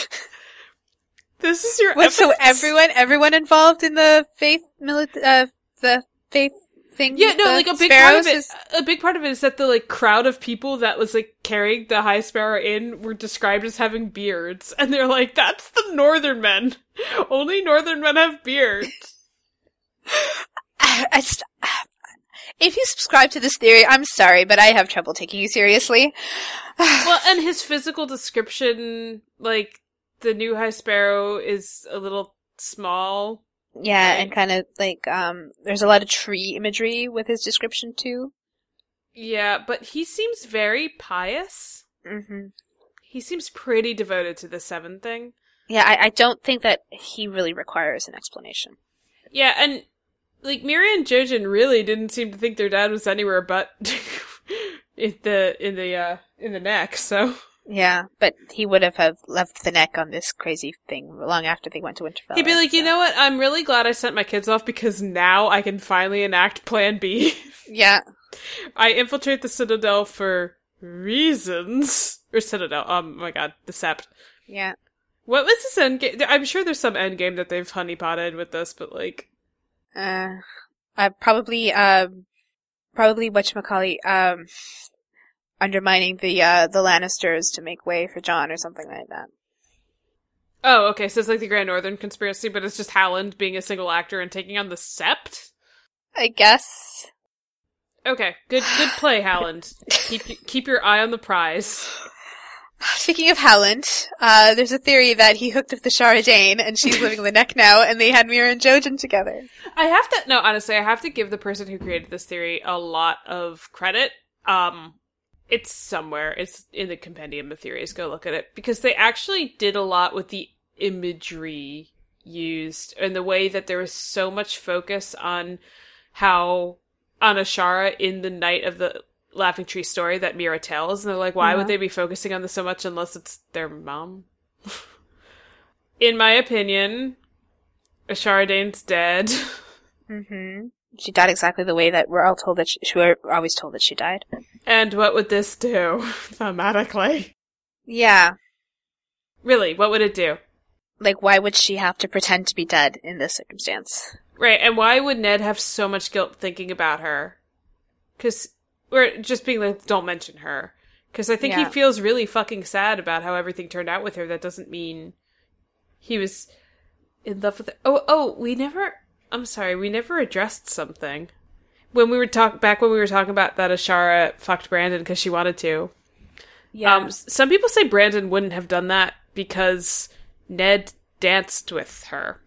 this is your *laughs* What? So evidence? everyone, everyone involved in the faith milit- uh, the faith thing. Yeah, with no, the like a big part sparrows of it. is- *sighs* a big part of it is that the like crowd of people that was like carrying the high sparrow in were described as having beards, and they're like, "That's the northern men. Only northern men have beards." I- I just- *sighs* if you subscribe to this theory, I'm sorry, but I have trouble taking you seriously. *laughs* well, and his physical description, like the new high sparrow, is a little small. Yeah, Right. and kind of like um, there's a lot of tree imagery with his description too. Yeah, but he seems very pious. Mm-hmm. He seems pretty devoted to the seven thing. Yeah, I, I don't think that he really requires an explanation. Yeah, and like Miri and Jojen really didn't seem to think their dad was anywhere but *laughs* in the in the uh in the neck. So Yeah, but he would have, have left the neck on this crazy thing long after they went to Winterfell. he'd be like, you so- know what? I'm really glad I sent my kids off because now I can finally enact Plan B. *laughs* Yeah, I infiltrate the Citadel for reasons. Or Citadel. Um, oh my god, the Sept. yeah. What was this end game? I'm sure there's some end game that they've honeypotted with this, but like, Uh, uh probably um, probably whatchamacallit, um, undermining the uh the Lannisters to make way for John or something like that. oh, okay, so it's like the Grand Northern conspiracy, but it's just Howland being a single actor and taking on the Sept. I guess. *sighs* Okay, good, good play, Howland. keep keep your eye on the prize. Speaking of Howland, uh, there's a theory that he hooked up the Shara Jane and she's living in the neck now, and they had Mira and Jojen together. I have to no, honestly, I have to give the person who created this theory a lot of credit. Um it's somewhere. It's in the compendium of theories. Go look at it because they actually did a lot with the imagery used and the way that there was so much focus on how on Ashara in the night of the Laughing Tree story that Mira tells, and they're like, why would Mhm. they be focusing on this so much unless it's their mom? *laughs* in my opinion, Ashara Dane's dead. *laughs* hmm She died exactly the way that we're all told that she, she were always told that she died. And what would this do *laughs* thematically? Yeah. Really, what would it do? Like, why would she have to pretend to be dead in this circumstance? Right, and why would Ned have so much guilt thinking about her? Because we're just being like, don't mention her. Because I think he Yeah. feels really fucking sad about how everything turned out with her. That doesn't mean he was in love with her. Oh, oh, we never. I'm sorry, we never addressed something when we were talk back when we were talking about that Ashara fucked Brandon because she wanted to. Yeah. Um, s- some people say Brandon wouldn't have done that because Ned danced with her.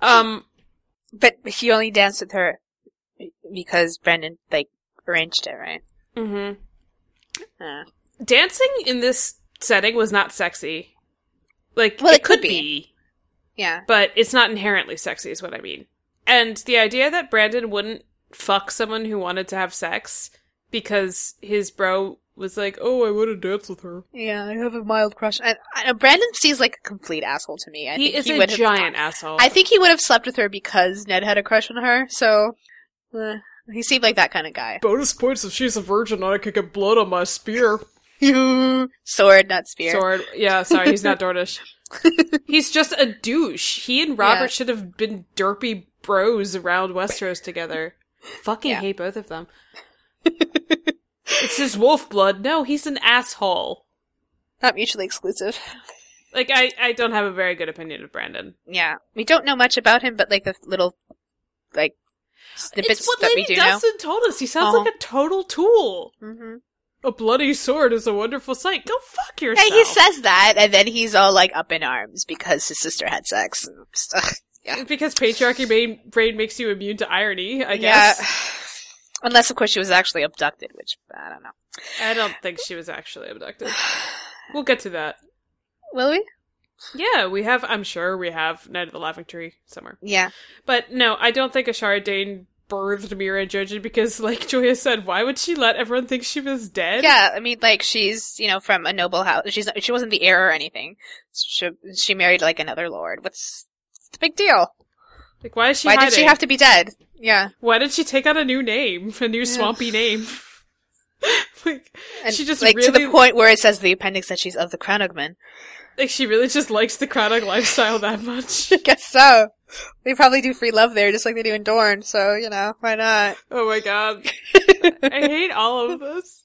Um, but he only danced with her because Brandon, like, arranged it, right? Mm-hmm. mhm. Uh, dancing in this setting was not sexy. Like, Well, it, it could could be. yeah. but it's not inherently sexy, is what I mean. And the idea that Brandon wouldn't fuck someone who wanted to have sex because his bro was like, "Oh, I want to dance with her." Yeah, I have a mild crush. I, I, Brandon seems like a complete asshole to me. I he think is he a would have- giant asshole. I think he would have slept with her because Ned had a crush on her, so eh, he seemed like that kind *laughs* of guy. bonus points if she's a virgin. I could get blood on my spear. Sword, not spear. Sword. Yeah, sorry, he's not *laughs* Dornish. he's just a douche. He and Robert Yeah. should have been derpy bros around Westeros together. Fucking Yeah. hate both of them. it's his wolf blood. No, he's an asshole. Not mutually exclusive. Like I, I don't have a very good opinion of Brandon. Yeah. We don't know much about him, but like the little, like, snippets it's what that Lady we do Dustin told us. He sounds Uh-huh. like a total tool. know. Mm-hmm. A bloody sword is a wonderful sight. Go fuck *laughs* Yeah, yourself. he says that, and then he's all like up in arms because his sister had sex. and *sighs* stuff. because patriarchy main, brain makes you immune to irony. I Yeah. guess. *sighs* Unless, of course, she was actually abducted, which I don't know. I don't think she was actually abducted. We'll get to that. *sighs* Will we? Yeah, we have. I'm sure we have Night of the Laughing Tree somewhere. Yeah. But no, I don't think Ashara Dane birthed Mira Jojen because, *laughs* like Joya said, why would she let everyone think she was dead? Yeah, I mean, like she's you know from a noble house. She's she wasn't the heir or anything. She she married like another lord. What's, what's the big deal? Like, why is she Why hiding? did she have to be dead? Yeah, Why did she take on a new name, a new swampy name? *laughs* like, and she just like really, to the point where it says the appendix that she's of the Cranogman. *laughs* like she really just likes the chronic lifestyle that *laughs* much. Guess so. They probably do free love there, just like they do in Dorne. So you know why not? oh my *laughs* god, I hate all of this.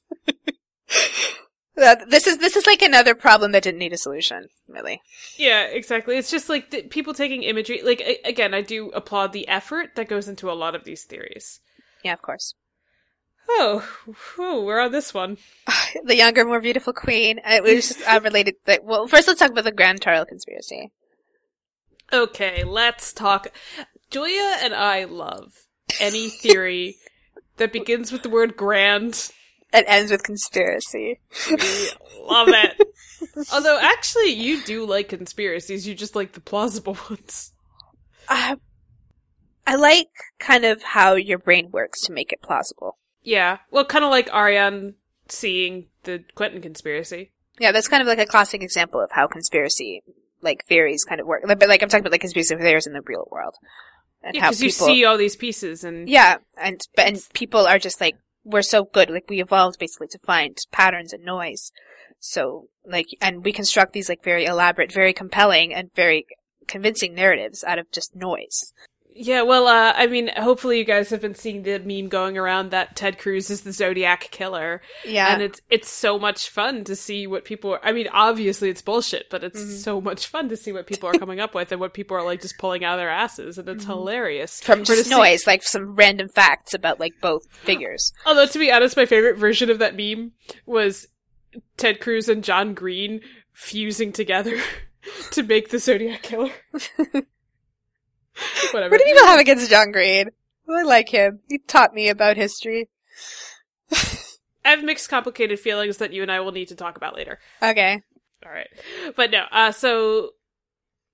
That- This is this is like another problem that didn't need a solution, really. Yeah, exactly. It's just like th- people taking imagery. Like a- again, I do applaud the effort that goes into a lot of these theories. Yeah, of course. Oh, whew, we're on this one. The younger, more beautiful queen. It was just *laughs* unrelated. Like, well, first let's talk about the Grand Tarl conspiracy. Okay, let's talk. Julia and I love any *laughs* theory that begins with the word grand. It ends with conspiracy. We love *laughs* it. Although, actually, you do like conspiracies. You just like the plausible *laughs* ones. Uh, I like kind of how your brain works to make it plausible. Yeah. Well, kind of like Ariane seeing the Quentin conspiracy. Yeah, that's kind of like a classic example of how conspiracy like theories kind of work. Like- But like I'm talking about like conspiracy theories in the real world and Yeah, how because people. you see all these pieces and yeah, and but and people are just like we're so good. Like we evolved basically to find patterns and noise. So like, and we construct these like very elaborate, very compelling, and very convincing narratives out of just noise. Yeah, well, uh, I mean, hopefully you guys have been seeing the meme going around that Ted Cruz is the Zodiac killer, Yeah, and it's it's so much fun to see what people. Are, I mean, obviously it's bullshit, but it's Mhm. so much fun to see what people are coming up with and what people are like just pulling out of their asses, and it's Mhm. hilarious. from Or just to see- noise, like some random facts about like both figures. although, to be honest, my favorite version of that meme was Ted Cruz and John Green fusing together *laughs* to make the Zodiac *laughs* killer. Whatever. What do people have against John Green? Well, I like him. He taught me about history. I have mixed, complicated feelings that you and I will need to talk about later. Okay. All right. But no, uh so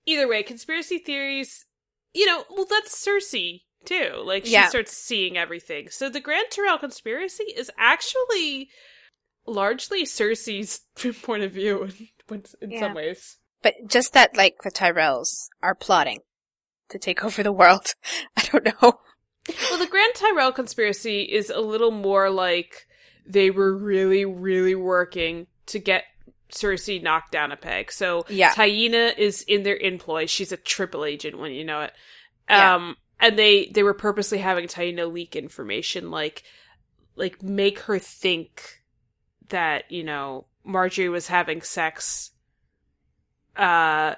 either way, conspiracy theories, you know, well that's Cersei too. Like she Yeah. starts seeing everything. So the Grand Tyrell conspiracy is actually largely Cersei's *laughs* point of view in, in Yeah. some ways. But just that, like, the Tyrells are plotting to take *laughs* over the world. I don't know. Well, the Grand Tyrell conspiracy is a little more like they were really really working to get Cersei knocked down a peg. So Yeah. Tyena is in their employ. She's a triple agent when you know it. Yeah. Um, and they they were purposely having Tyena leak information, like like make her think that you know Marjorie was having sex. Uh,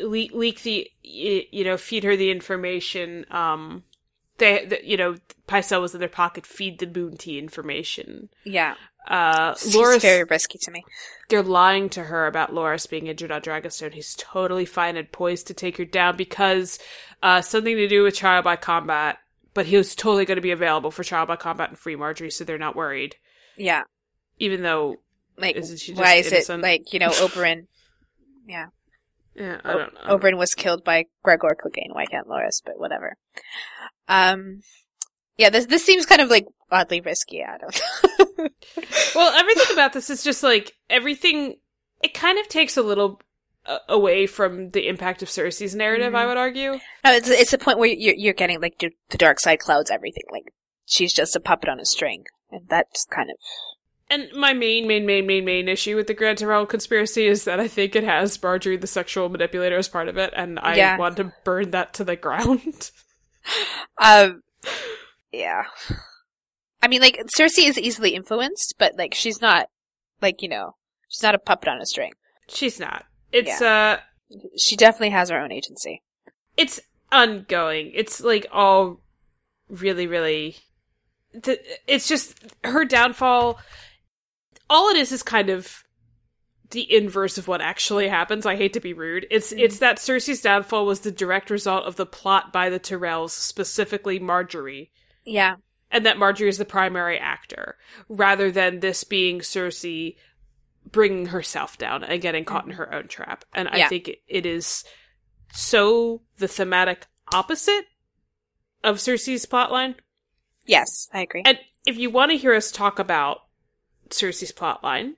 leak leak the y- you know feed her the information. Um, they the, you know Pycelle was in their pocket. Feed the bounty information. Yeah. Uh, Seems Laura very risky to me. they're lying to her about Loras being injured on Dragonstone. He's totally fine and poised to take her down because uh, something to do with trial by combat. But he was totally going to be available for trial by combat and free Marjorie, so they're not worried. Yeah. Even though, Like, Isn't she just why is innocent? it, like, you know, Oberyn, yeah, *laughs* I don't know. Oberyn was killed by Gregor Clegane. Why can't Loras? But whatever. Um, yeah, this, this seems kind of, like, oddly risky. I don't *laughs* know. Well, everything about this is just like everything. It kind of takes a little uh, away from the impact of Cersei's narrative. Mhm. I would argue. No, it's it's the point where you're you're getting like d- the dark side clouds everything. Like she's just a puppet on a string, and that's kind of And my main, main, main, main, main issue with the Grand Tyrell conspiracy is that I think it has Marjorie the sexual manipulator as part of it, and I Yeah. want to burn that to the ground. *laughs* um, yeah. I mean, like Cersei is easily influenced, but like she's not like you know she's not a puppet on a string. She's not. It's uh She definitely has her own agency. it's ongoing. It's like all really, really. The, it's just her downfall. All it is is kind of the inverse of what actually happens. I hate to be rude. It's it's that Cersei's downfall was the direct result of the plot by the Tyrells, specifically Marjorie, Yeah. and that Marjorie is the primary actor, rather than this being Cersei bringing herself down and getting caught in her own trap. And I Yeah. think it- it is so the thematic opposite of Cersei's plotline. Yes, I agree. And if you want to hear us talk about Cersei's plotline,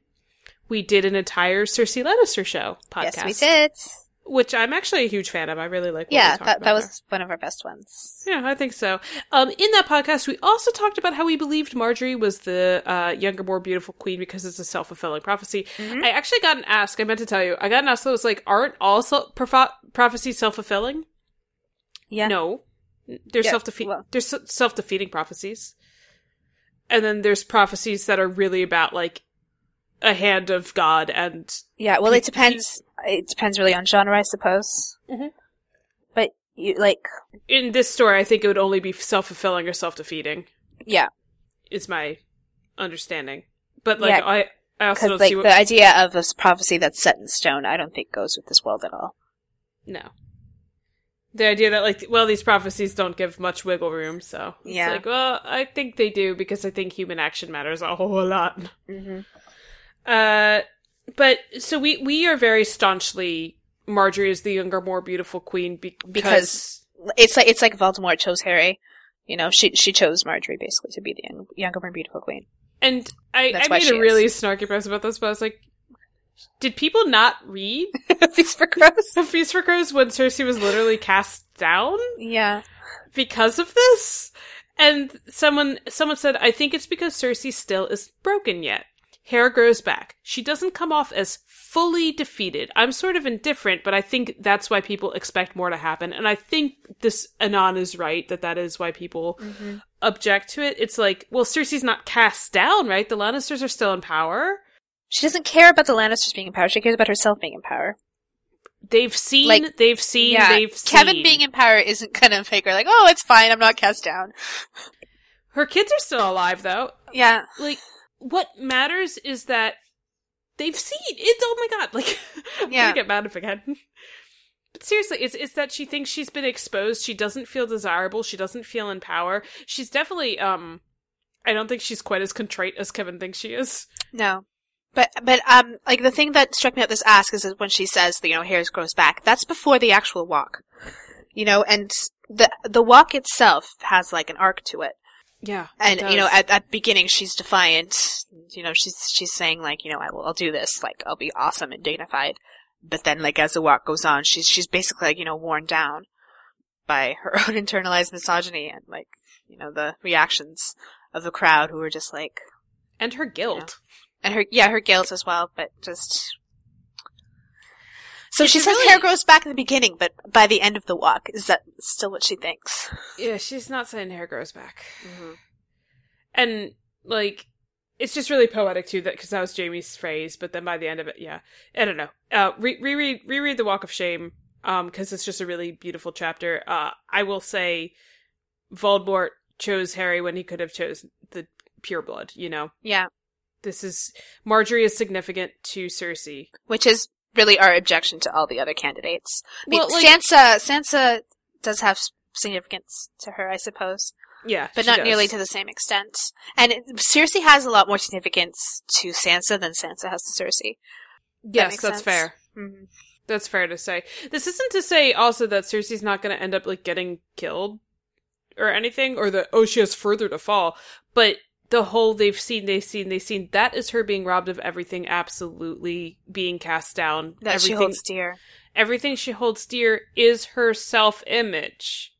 we did an entire Cersei Lannister show podcast. yes, we did. Which I'm actually a huge fan of. I really like. What we Yeah, talked that, about that was one of our best ones. there. Yeah, I think so. Um, in that podcast, we also talked about how we believed Marjorie was the uh, younger, more beautiful queen because it's a self fulfilling prophecy. Mm-hmm. I actually got an ask. I meant to tell you. I got an ask that was like, "Aren't all self- propho- prophecies self fulfilling?" Yeah. No, they're Yeah, self defeat. well- They're self defeating prophecies, and then there's prophecies that are really about like a hand of God and Yeah, well, it depends. It depends really on genre, I suppose. Mhm. But you like, in this story, I think it would only be self fulfilling or self defeating. yeah, Is my understanding, but like Yeah, I, I also because don't like see what. the idea of this prophecy that's set in stone, I don't think goes with this world at all. no, the idea that like well, these prophecies don't give much wiggle room, so it's Yeah. like well, I think they do because I think human action matters a whole lot. Mm-hmm. Uh, but so we we are very staunchly Marjorie is the younger, more beautiful queen be- because, Because- It's like it's like Voldemort chose Harry. You know, she she chose Marjorie basically to be the young, younger, more beautiful queen. *laughs* and I That's I why made she a is. really snarky post about this, but I was like, did people not read *laughs* These for gross. The Feast for Crows when Cersei was literally cast down Yeah. because of this? And someone someone said, I think it's because Cersei still is broken yet. Hair grows back. She doesn't come off as fully defeated. I'm sort of indifferent, but I think that's why people expect more to happen. And I think this Anon is right that that is why people Mm-hmm. object to it. It's like, well, Cersei's not cast down, right? The Lannisters are still in power. She doesn't care about the Lannisters being in power. She cares about herself being in power. They've seen, Like, they've seen, they've seen. Kevin being in power isn't gonna make her like, oh, it's fine. I'm not cast down. her kids are still alive though. Yeah. like what matters is that they've seen it. Oh my god! Like *laughs* I'm Yeah. gonna get mad if I can. But seriously, it's it's that she thinks she's been exposed. She doesn't feel desirable. She doesn't feel in power. She's definitely um. I don't think she's quite as contrite as Kevin thinks she is. No. But but um like the thing that struck me about this ask is that when she says that, you know hairs grows back, that's before the actual walk. You know, and the the walk itself has like an arc to it. Yeah, And you know, at at the beginning she's defiant. You know, she's she's saying like, you know, I will I'll do this, like I'll be awesome and dignified. But then like as the walk goes on, she's she's basically like, you know, worn down by her *laughs* own internalized misogyny and like, you know, the reactions of the crowd who are just like and her guilt. and her yeah her guilt as well but just so she it says really- hair grows back in the beginning but by the end of the walk is that still what she thinks Yeah, she's not saying hair grows back, Mm-hmm. and like it's just really poetic too. That because that was Jamie's phrase, but then by the end of it, yeah, I don't know. Uh, re- reread reread the Walk of Shame um because it's just a really beautiful chapter. Uh, I will say, Voldemort chose Harry when he could have chosen the pureblood. You know, yeah this is Marjorie is significant to Cersei. which is really our objection to all the other candidates I mean, Well, like- sansa sansa does have s- significance to her i suppose Yeah, but she not does. nearly to the same extent and it, cersei has a lot more significance to sansa than sansa has to cersei yes, makes that's sense. fair. mm-hmm. That's fair to say. This isn't to say also that Cersei's not going to end up like getting killed or anything, or that oh she has further to fall. But the whole they've seen, they've seen, they've seen that is her being robbed of everything, absolutely being cast down. that everything, she holds dear everything she holds dear is her self image,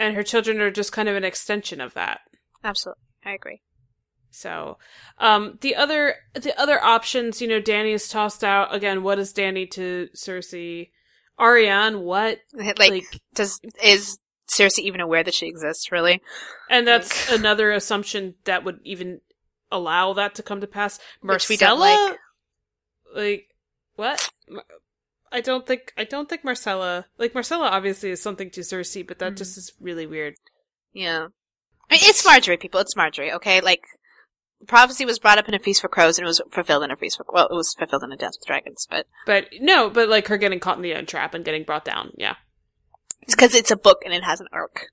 and her children are just kind of an extension of that. absolutely i agree So, um, the other the other options, you know, Danny is tossed out again. What is Danny to Cersei? Ariane, what? like does is Cersei even aware that she exists? Really? and that's *laughs* another assumption that would even allow that to come to pass. Which Marcella, we don't like. what? Mar- I don't think I don't think Marcella like Marcella obviously is something to Cersei, but that Mhm. just is really weird. Yeah. I mean, it's Marjorie, people. It's Marjorie, okay? Like, the prophecy was brought up in A Feast for Crows and it was fulfilled in A Feast for, well, it was fulfilled in A Dance with Dragons, but But no, but like her getting caught in the own trap and getting brought down. Yeah. it's because it's a book and it has an arc.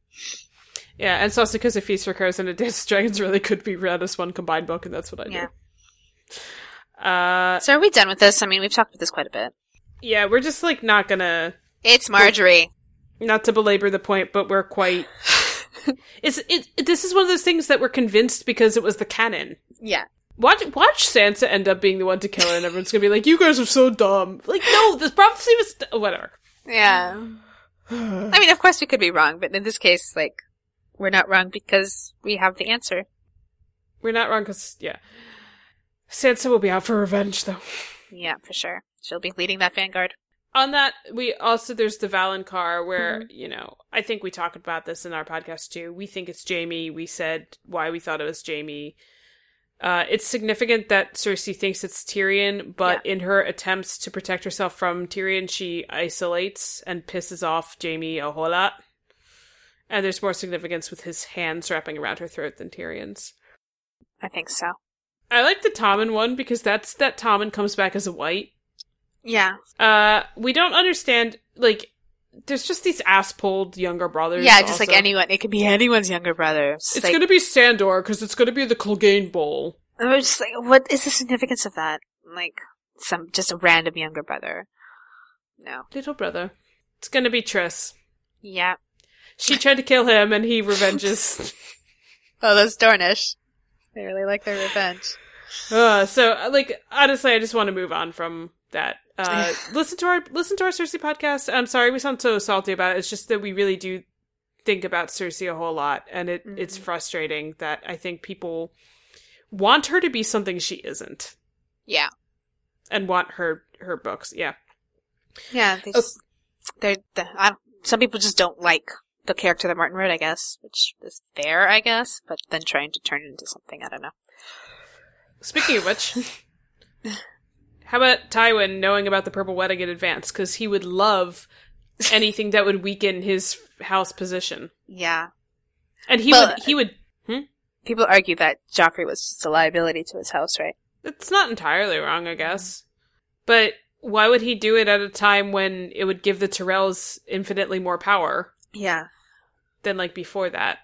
Yeah, and so also because a Feast for Crows and a Dance with Dragons really could be read as one combined book, and that's what I do. Uh, So are we done with this? I mean, we've talked about this quite a bit. yeah, we're just like not gonna It's Marjorie. not to belabor the point, but we're quite. it's it. This is one of those things that we're convinced because it was the canon. Yeah. Watch watch Sansa end up being the one to kill her, and everyone's gonna be like, "You guys are so dumb." Like, no, this prophecy was whatever. Yeah. I mean, of course we could be wrong, but in this case, like, we're not wrong because we have the answer. We're not wrong, cause yeah, Sansa will be out for revenge though. Yeah, for sure. She'll be leading that vanguard. on that we also there's the Valencar where you know I think we talked about this in our podcast too. We think it's Jamie. We said why we thought it was Jamie. Uh, it's significant that Cersei thinks it's Tyrion, but in her attempts to protect herself from Tyrion, she isolates and pisses off Jamie a whole lot. And there's more significance with his hands wrapping around her throat than Tyrion's. I think so. I like the Tommen one because that's that Tommen comes back as a white. Yeah. Uh, we don't understand. Like, there's just these ass-pulled younger brothers. yeah, just like also. anyone. It could be anyone's younger brother. It's, It's like, gonna be Sandor because it's gonna be the Clegane Bowl. I was just like, what is the significance of that? Like, some, just a random younger brother. No. Little brother. It's gonna be Triss. Yeah. She tried to kill him, and he *laughs* revenges. Oh, those Dornish. They really like their revenge. uh, so, uh, like, honestly, I just want to move on from that. Uh, listen to our listen to our Cersei podcast. I'm sorry we sound so salty about it. It's just that we really do think about Cersei a whole lot, and it it's Mm-hmm. frustrating that I think people want her to be something she isn't. Yeah. and want her her books. Yeah, Yeah. They Oh. just, they're, the, I don't, some people just don't like the character that Martin wrote, I guess, which is fair, I guess, but then trying to turn it into something, I don't know. Speaking of *laughs* which, how about Tywin knowing about the Purple Wedding in advance? Because he would love anything that would weaken his house position, Yeah. and he Well- would he would. People argue that Joffrey was just a liability to his house, right? It's not entirely wrong, I guess, but why would he do it at a time when it would give the Tyrells infinitely more power Yeah. than like before that?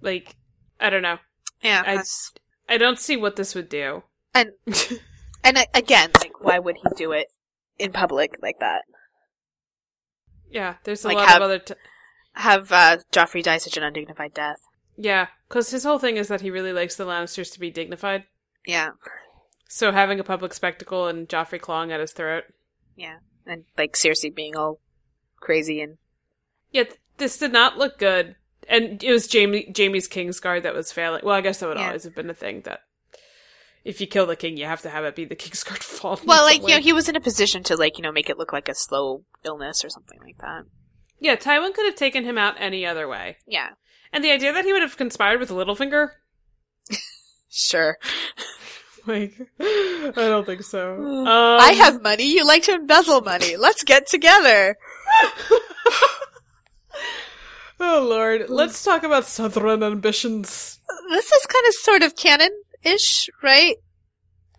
Like, I don't know. Yeah. I- that's- I don't see what this would do. And- And I, again, like, why would he do it in public like that? yeah, there's a Like, lot have- of other. T- Have uh, Joffrey die such an undignified death? Yeah, because his whole thing is that he really likes the Lannisters to be dignified. Yeah, So having a public spectacle and Joffrey clawing at his throat. yeah. And like Cersei being all crazy and Yeah, th- this did not look good. And it was Jamie Jamie's Kingsguard that was failing. Well, I guess that would Yeah. always have been a thing that if you kill the king, you have to have it be the Kingsguard *laughs* fault. in well, some like you way. know, he was in a position to like you know make it look like a slow illness or something like that. yeah, Tywin could have taken him out any other way. Yeah, And the idea that he would have conspired with Littlefinger, *laughs* sure. like I don't think so. Um, *sighs* I have money. You like to embezzle money. Let's get together. Oh lord, let's talk about Southron ambitions. This is kind of sort of canon ish, right?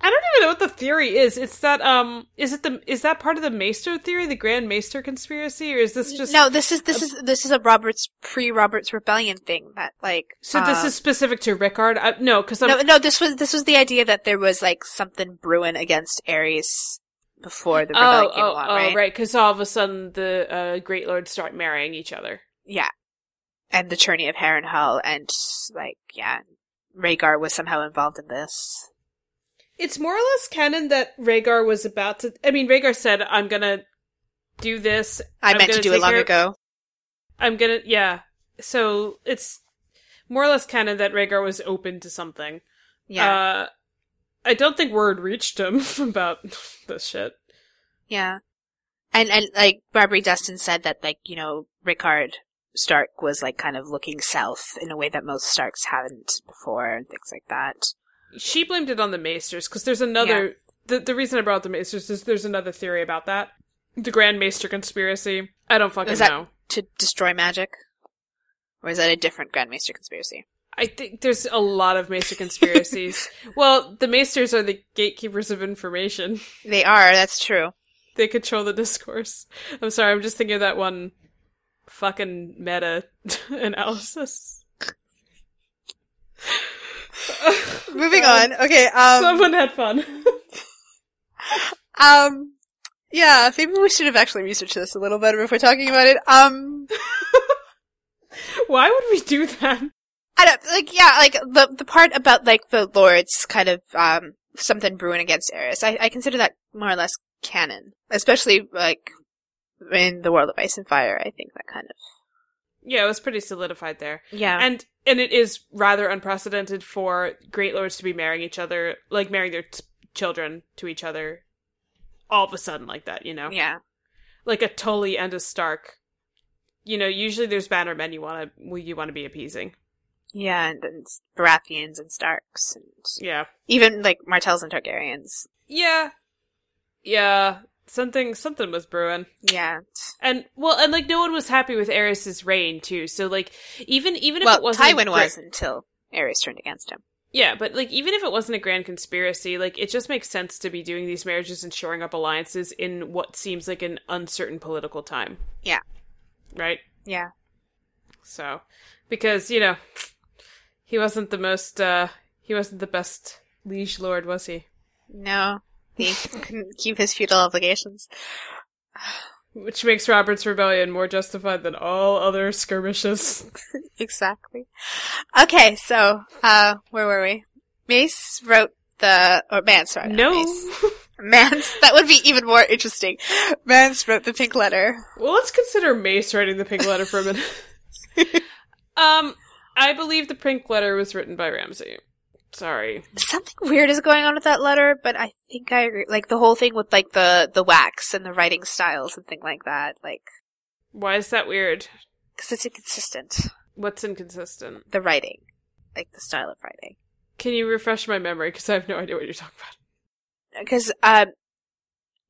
I don't even know what the theory is. It's that um, is it the is that part of the Maester theory, the Grand Maester conspiracy, or is this just no, this is this is this is a Roberts pre Roberts rebellion thing that like. So this um, is specific to Rickard. I, no, because I'm no, no. This was this was the idea that there was like something brewing against Ares before the rebellion oh came oh along, oh right? right, because all of a sudden the uh, Great Lords start marrying each other. Yeah, and the journey of Harrenhal, and like yeah, Rhaegar was somehow involved in this. It's more or less canon that Rhaegar was about to. I mean, Rhaegar said, "I'm gonna do this. I I'm meant to gonna do it take long care- ago. I'm gonna yeah." So it's more or less canon that Rhaegar was open to something. Yeah, Uh, I don't think word reached him *laughs* about this shit. yeah, and and like Barbary Dustin said that like you know Rickard Stark was like kind of looking south in a way that most Starks haven't before, and things like that. She blamed it on the Maesters because there's another. The, the reason I brought up the Maesters is there's another theory about that. The Grand Maester conspiracy. I don't fucking Is that- know. To destroy magic, Or is that a different Grand Maester conspiracy? I think there's a lot of Maester *laughs* conspiracies. well, the Maesters are the gatekeepers of information. *laughs* They are, that's true. They control the discourse. I'm sorry, I'm just thinking of that one fucking meta *laughs* analysis. Moving on. Okay, um Someone had fun. *laughs* um yeah, maybe we should have actually researched this a little better before talking about it. Um Why would we do that? I don't like yeah, like the the part about like the lords kind of um something brewing against Eris. I, I consider that more or less canon, especially like in the world of Ice and Fire. I think that kind of Yeah, it was pretty solidified there. yeah. and and it is rather unprecedented for great lords to be marrying each other like marrying their t- children to each other all of a sudden like that you know Yeah. like a tully and a stark you know usually there's bannermen you want to well, you want to be appeasing Yeah, and then s- Baratheons and Starks and yeah even like Martells and Targaryens. yeah yeah something something was brewing Yeah. and well and like no one was happy with Eris's reign too so like even even if well, it wasn't a Tywin great- was until Ares turned against him. Yeah, but like even if it wasn't a grand conspiracy, like it just makes sense to be doing these marriages and shoring up alliances in what seems like an uncertain political time. Yeah. Right? Yeah. So because, you know, he wasn't the most uh he wasn't the best liege lord, was he? No, he couldn't keep his feudal obligations. Which makes Robert's rebellion more justified than all other skirmishes. Exactly. Okay, so uh, where were we? Mace wrote the or Mance wrote no. Mace. Mance. That would be even more interesting. Mance wrote the pink letter. Well, let's consider Mace writing the pink letter for a minute. *laughs* um, I believe the pink letter was written by Ramsey. Sorry. Something weird is going on with that letter, but I think I agree. Like the whole thing with like the the wax and the writing styles and thing like that. Like Why is that weird? because it's inconsistent. What's inconsistent? The writing, like the style of writing. Can you refresh my memory? Because I have no idea what you're talking about. because um,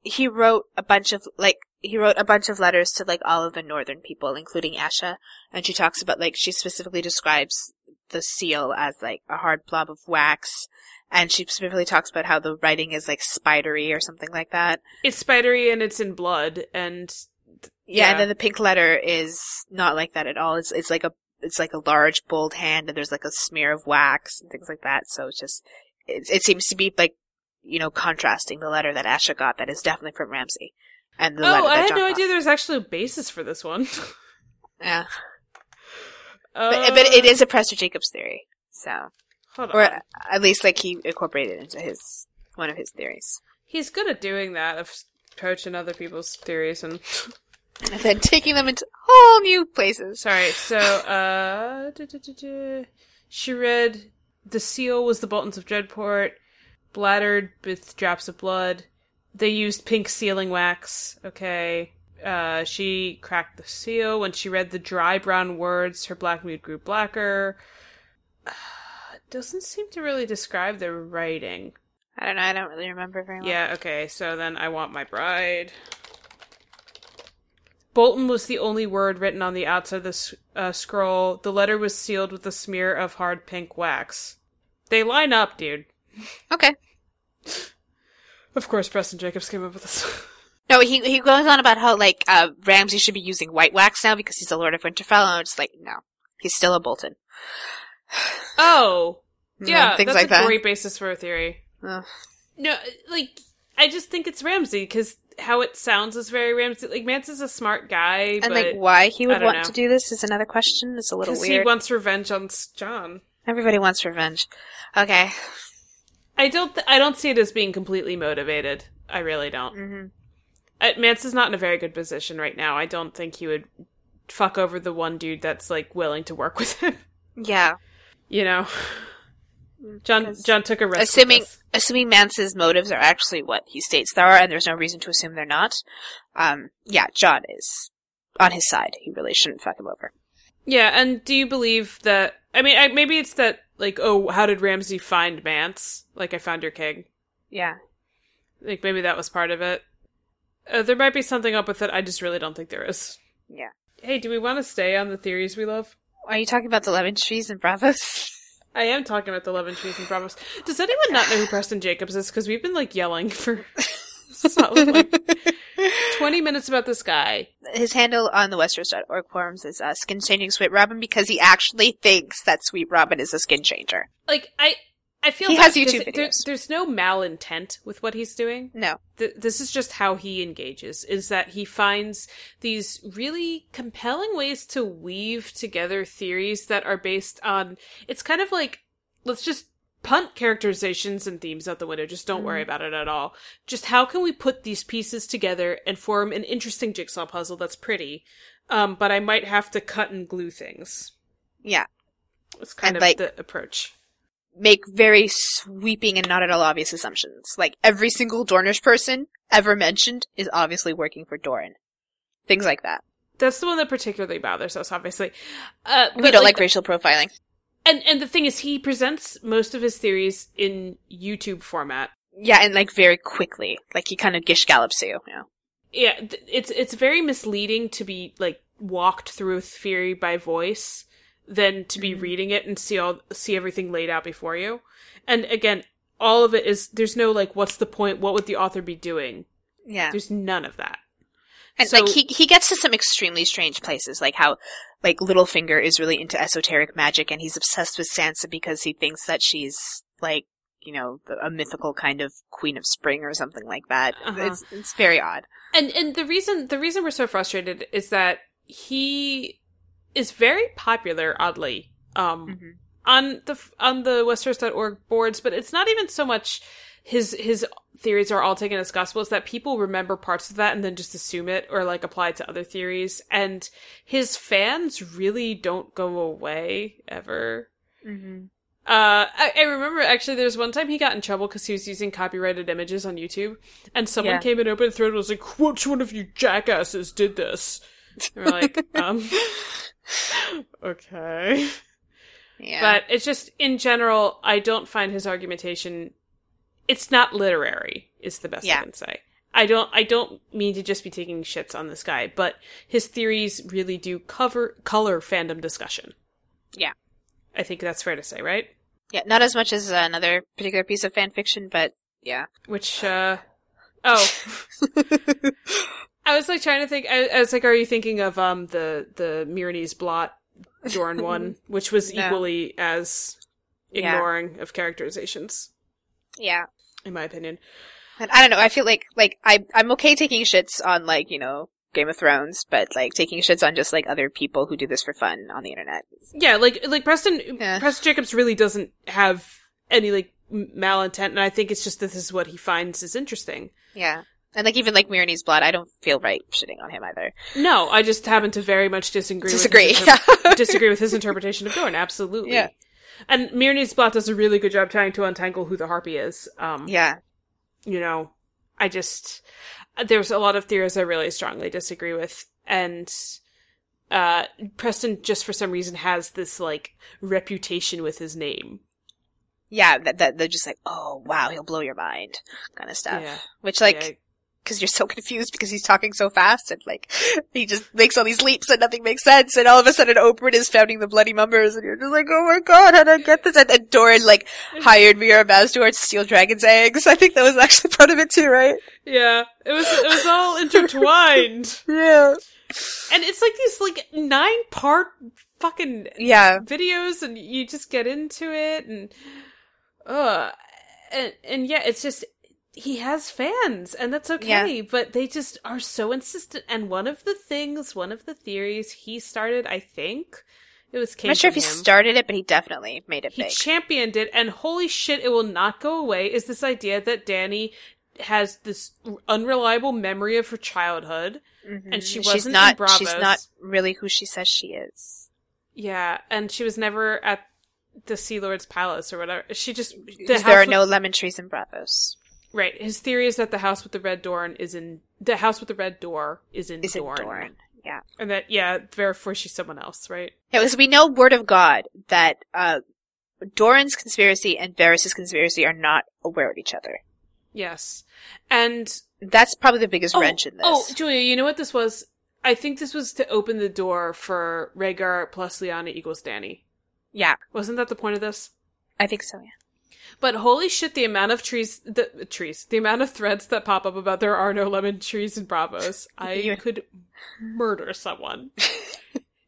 he wrote a bunch of like he wrote a bunch of letters to like all of the northern people, including Asha, and she talks about like she specifically describes the seal as like a hard blob of wax, and she specifically talks about how the writing is like spidery or something like that. It's spidery and it's in blood, and Yeah, Yeah. and then the pink letter is not like that at all. It's it's like a it's like a large bold hand, and there's like a smear of wax and things like that. So it's just it, it seems to be like you know contrasting the letter that Asha got that is definitely from Ramsey, and the letter oh, that I had John no got. idea there's actually a basis for this one. Yeah, but, Uh, but it is a Prester Jacobs theory, so Hold on. or at least like he incorporated it into his one of his theories, He's good at doing that of poaching other people's theories and. and then taking them into whole new places. Sorry. So, uh, duh, duh, duh, duh. she read the seal was the Boltons of Dreadport, bladdered with drops of blood. They used pink sealing wax. Okay. Uh, she cracked the seal. When she read the dry brown words, her black mood grew blacker. *sighs* Uh, doesn't seem to really describe the writing. I don't know. I don't really remember very well. Yeah, okay, so then I want my bride. Bolton was the only word written on the outside of the s- uh, scroll. The letter was sealed with a smear of hard pink wax. They line up, dude. Okay. Of course, Preston Jacobs came up with this. No, he he goes on about how like uh Ramsey should be using white wax now because he's a Lord of Winterfell, and I'm just like, no, he's still a Bolton. *laughs* oh, You know, yeah, Mm, things that's like a that. great basis for a theory. Ugh. No, like I just think it's Ramsey because how it sounds is very Ramsey. Like Mance is a smart guy, and but like why he I would don't want know. to do this is another question. It's a little 'cause he weird. wants revenge on S- John. Everybody wants revenge. Okay. I don't. Th- I don't see it as being completely motivated. I really don't. hmm Uh, Mance is not in a very good position right now. I don't think he would fuck over the one dude that's like willing to work *laughs* with him. Yeah. You know, John. 'Cause John took a risk. with assuming- this. Assuming Mance's motives are actually what he states they are, and there's no reason to assume they're not. Um. Yeah, John is on his side. He really shouldn't fuck him over. Yeah, and do you believe that? I mean, I, maybe it's that. Like, oh, how did Ramsey find Mance? Like, I found your king. Yeah. Like, maybe that was part of it. Uh, there might be something up with it. I just really don't think there is. Yeah. Hey, do we want to stay on the theories we love? Are you talking about the lemon trees and Bravos? *laughs* I am talking about the Levin Trees and Bravos. Does anyone not know who Preston Jacobs is? Because we've been like yelling for solid like twenty minutes about this guy. His handle on the Westeros.org forums is uh, skin changing Sweet Robin because he actually thinks that Sweet Robin is a skin changer. Like I, I feel He bad has YouTube because there- videos. there's no malintent with what he's doing. No. Th- this is just how he engages. Is that he finds these really compelling ways to weave together theories that are based on. It's kind of like let's just punt characterizations and themes out the window. Just don't Mm-hmm. worry about it at all. Just how can we put these pieces together and form an interesting jigsaw puzzle that's pretty? Um, but I might have to cut and glue things. Yeah. It's kind And, of like- the approach. Make very sweeping and not at all obvious assumptions. Like every single Dornish person ever mentioned is obviously working for Doran. Things like that. That's the one that particularly bothers us, obviously. Uh, We but, don't like racial profiling. And and the thing is, he presents most of his theories in YouTube format. Yeah, and like very quickly. Like he kind of gish gallops you, you know. Yeah, th- it's it's very misleading to be like walked through a theory by voice than to be reading it and see all see everything laid out before you. And again, all of it is there's no like what's the point? What would the author be doing? Yeah. There's none of that. And So- like he he gets to some extremely strange places, like how like Littlefinger is really into esoteric magic and he's obsessed with Sansa because he thinks that she's like you know the- a mythical kind of queen of spring or something like that. Uh-huh. It's it's very odd. And and the reason the reason we're so frustrated is that he is very popular oddly um Mhm. on the on the westeros.org boards, but it's not even so much his his theories are all taken as gospel. It's that people remember parts of that and then just assume it or like apply it to other theories. And his fans really don't go away ever. Uh, I, I remember actually there's one time he got in trouble because he was using copyrighted images on YouTube, and someone Yeah. came in open throat and was like, "Which one of you jackasses did this?" And we're like, um, *laughs* okay. Yeah, But it's just in general, I don't find his argumentation. It's not literary. Is the best Yeah. I can say. I don't. I don't mean to just be taking shits on this guy, but his theories really do cover color fandom discussion. Yeah. I think that's fair to say, right? yeah, not as much as another particular piece of fan fiction, but yeah, Which, uh, *laughs* oh, I was like trying to think. I, I was like, are you thinking of um the the Myronese blot Dorn *laughs* one, which was No. equally as Yeah. ignoring of characterizations, yeah. in my opinion. And I don't know. I feel like like I I'm okay taking shits on like you know Game of Thrones, but like taking shits on just like other people who do this for fun on the internet. Yeah, like like Preston Yeah. Preston Jacobs really doesn't have any like m- malintent, and I think it's just that this is what he finds is interesting. Yeah. And like even like Mirany's blood, I don't feel right shitting on him either. No, I just happen to very much disagree. Disagree. With um, his Yeah. interpre- *laughs* *laughs* disagree with his interpretation of Dorne. Absolutely. Yeah. And Mirny's Blot does a really good job trying to untangle who the harpy is. Um, yeah. you know, I just there's a lot of theories I really strongly disagree with, and uh, Preston just for some reason has this like reputation with his name. Yeah, that, that they're just like, oh wow, he'll blow your mind, kind of stuff. Yeah. Which like, Yeah. because you're so confused because he's talking so fast and like *laughs* he just makes all these leaps and nothing makes sense. And all of a sudden, Oprah is founding the bloody mummers, and you're just like, oh my god, how did I get this? And, and Doran *laughs* like hired Mira Mazdor to steal dragons' eggs. I think that was actually part of it too, right? Yeah, it was it was all intertwined, Yeah. *laughs* and it's like these like nine part fucking Yeah. videos, and you just get into it, and uh, and and yeah, it's just he has fans, and that's okay, but they just are so insistent. And one of the things, one of the theories he started, I think it was I'm came not sure if from he him. started it, but he definitely made it he big. championed it and holy shit it will not go away is this idea that danny has this unreliable memory of her childhood Mhm. and she she's wasn't in not. She's Bravos. not really who she says she is. yeah and she was never at the sea lord's palace or whatever she just the Because house there are with- no lemon trees in Bravos. right his theory is that the house with the red door is in the house with the red door is in, Is it Dorne. Dorne? Yeah. and that yeah therefore she's someone else right Yeah, because we know word of God that uh, Doran's conspiracy and Varys' conspiracy are not aware of each other. yes and That's probably the biggest Oh, wrench in this. Oh, Julia, you know what this was? I think this was to open the door for Rhaegar plus Lyanna equals Danny. Yeah, Wasn't that the point of this? I think so. Yeah. But holy shit, the amount of trees, the trees, the amount of threads that pop up about there are no lemon trees in Bravos. I *laughs* Yeah. could murder *laughs* someone.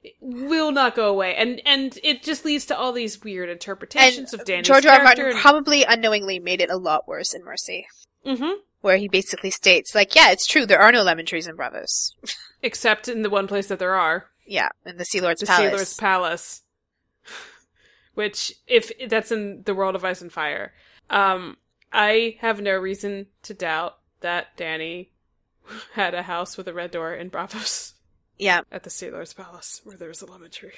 It will not go away, and and it just leads to all these weird interpretations of Danny's George R. R. character. Martin probably unknowingly made it a lot worse in Mercy, and, Mhm. where he basically states, like, yeah, it's true, there are no lemon trees in Bravos. Except in the one place that there are, Yeah, in the Sea Lord's the Palace. Sailor's Palace, which if that's in the world of Ice and Fire, um, I have no reason to doubt that Danny *laughs* had a house with a red door in Bravos. *laughs* yeah. at the Sailor's Palace where there's a lemon tree.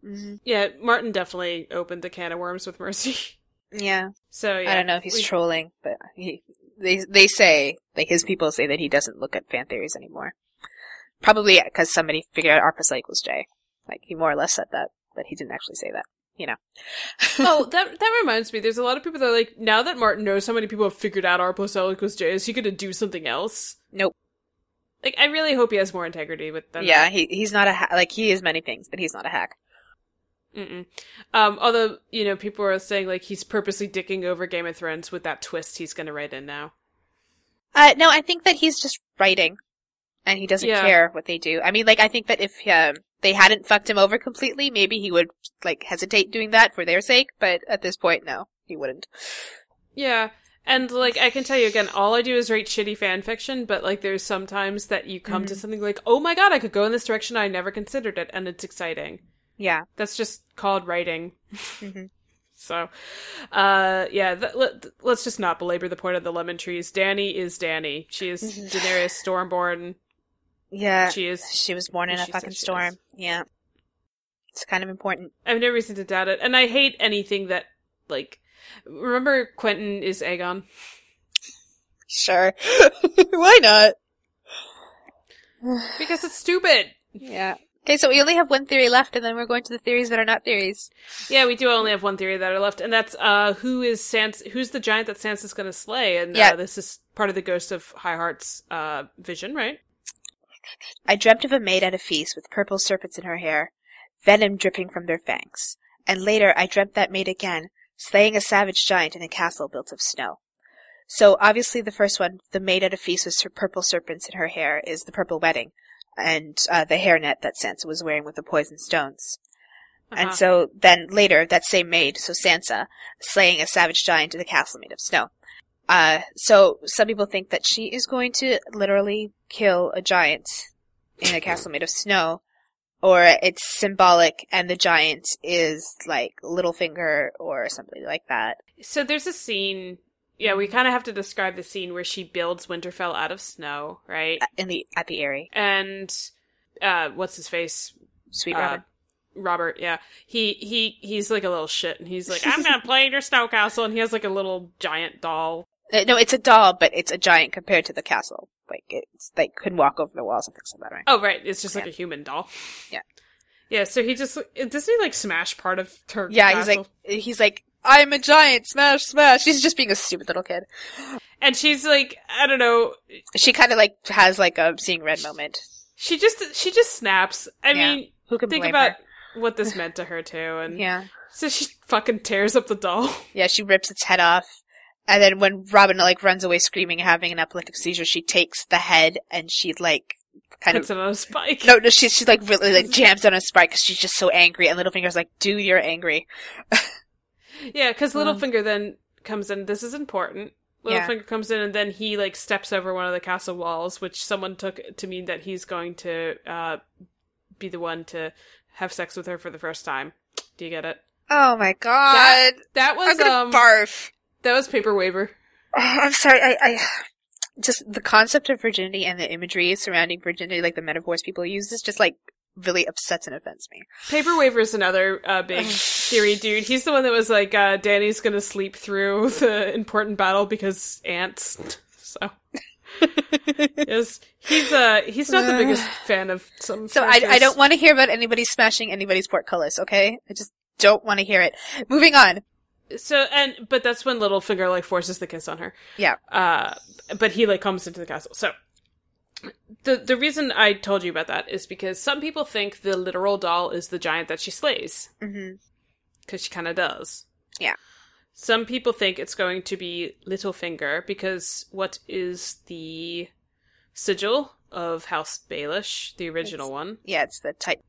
hmm Yeah, Martin definitely opened the can of worms with Mercy. *laughs* Yeah. So Oh, yeah, I don't know if he's we- trolling, but he they they say like his people say that he doesn't look at fan theories anymore. Probably because somebody figured out Arpus equals J. Like he more or less said that, but he didn't actually say that. You know. *laughs* oh, that that reminds me. There's a lot of people that are like, now that Martin knows so many people have figured out R plus L equals J, is he going to do something else? Nope. Like, I really hope he has more integrity with them. yeah, he he's not a ha- like he is many things, but he's not a hack. Mm-mm. Um. Although you know, people are saying like he's purposely dicking over Game of Thrones with that twist he's going to write in now. Uh, no, I think that he's just writing, and he doesn't Yeah. care what they do. I mean, like, I think that if um, they hadn't fucked him over completely, maybe he would like hesitate doing that for their sake. But at this point, no, he wouldn't. Yeah. And like I can tell you again, all I do is write shitty fan fiction, but like there's sometimes that you come to something like, "Oh my god, I could go in this direction I never considered it," and it's exciting. Yeah, That's just called writing. Mhm. *laughs* So, uh yeah, th- let, let's just not belabor the point of the lemon trees. Danny is Danny. She is Mhm. Daenerys Stormborn. yeah. She is She was born in She a said fucking she storm. is. Yeah, it's kind of important. I have no reason to doubt it. And I hate anything that like remember Quentin is Aegon. Sure, *laughs* why not? *sighs* Because it's stupid. Yeah. Okay, so we only have one theory left, and then we're going to the theories that are not theories. Yeah, we do only have one theory that are left, and that's uh, who is Sans? Who's the giant that Sansa's going to slay? And Yeah. uh, this is part of the ghost of High Heart's uh, vision, right? I dreamt of a maid at a feast with purple serpents in her hair, venom dripping from their fangs. And later I dreamt that maid again, slaying a savage giant in a castle built of snow. So obviously the first one, the maid at a feast with ser- purple serpents in her hair, is the purple wedding, and uh, the hairnet that Sansa was wearing with the poison stones. Uh-huh. And so then later that same maid, so Sansa, slaying a savage giant in a castle made of snow. Uh, so some people think that she is going to literally kill a giant *laughs* in a castle made of snow, or it's symbolic and the giant is like Littlefinger or something like that. so there's a scene. Yeah, we kind of have to describe the scene where she builds Winterfell out of snow, right? In the at the Eyrie, And uh, what's his face? Sweet Uh, Robin. Robert, yeah. He he he's like a little shit, and he's like, "I'm going to play in your snow castle," and he has like a little giant doll Uh, no, it's a doll, but it's a giant compared to the castle. Like it's like could walk over the walls and things like that. Right? Oh right, it's just like Yeah. a human doll. Yeah. Yeah, so he just doesn't he like smash part of her. yeah, he's castle? like he's like I'm a giant. Smash, smash. He's just being a stupid little kid. and she's like, I don't know. She kind of like has like a seeing red moment. She just she just snaps. I Yeah. mean, Who can think blame about her? what *laughs* this meant to her too, and Yeah, so she fucking tears up the doll. yeah. She rips its head off, and then when Robin like runs away screaming, and having an epileptic seizure, she takes the head and she like kind of Puts it on a spike. No, no, she's she's like really like jams on a spike because she's just so angry, and Littlefinger's like, "Dude, you're angry." Yeah, because Mm. Littlefinger then comes in. This is important. Yeah. Littlefinger comes in, and then he like steps over one of the castle walls, which someone took to mean that he's going to uh, be the one to have sex with her for the first time. Do you get it? Oh my god, That That was um, barf. that was paper waiver. Oh, I'm sorry, I, I just the concept of virginity and the imagery surrounding virginity, like the metaphors people use, is just like really upsets and offends me. Paper waiver is another uh, *sighs* big theory dude. He's the one that was like, uh, Danny's gonna sleep through *laughs* the important battle because ants. *laughs* *laughs* So yes, he's uh he's not the *sighs* biggest fan of some. So I, I characters. don't want to hear about anybody smashing anybody's portcullis. Okay, I just don't want to hear it. Moving on. So and but that's when Littlefinger like forces the kiss on her. Yeah. Uh, but he like comes into the castle. So the the reason I told you about that is because some people think the literal doll is the giant that she slays hmm because she kind of does. Yeah. Some people think it's going to be Littlefinger because what is the sigil of House Baelish, the original one? Yeah, it's the type.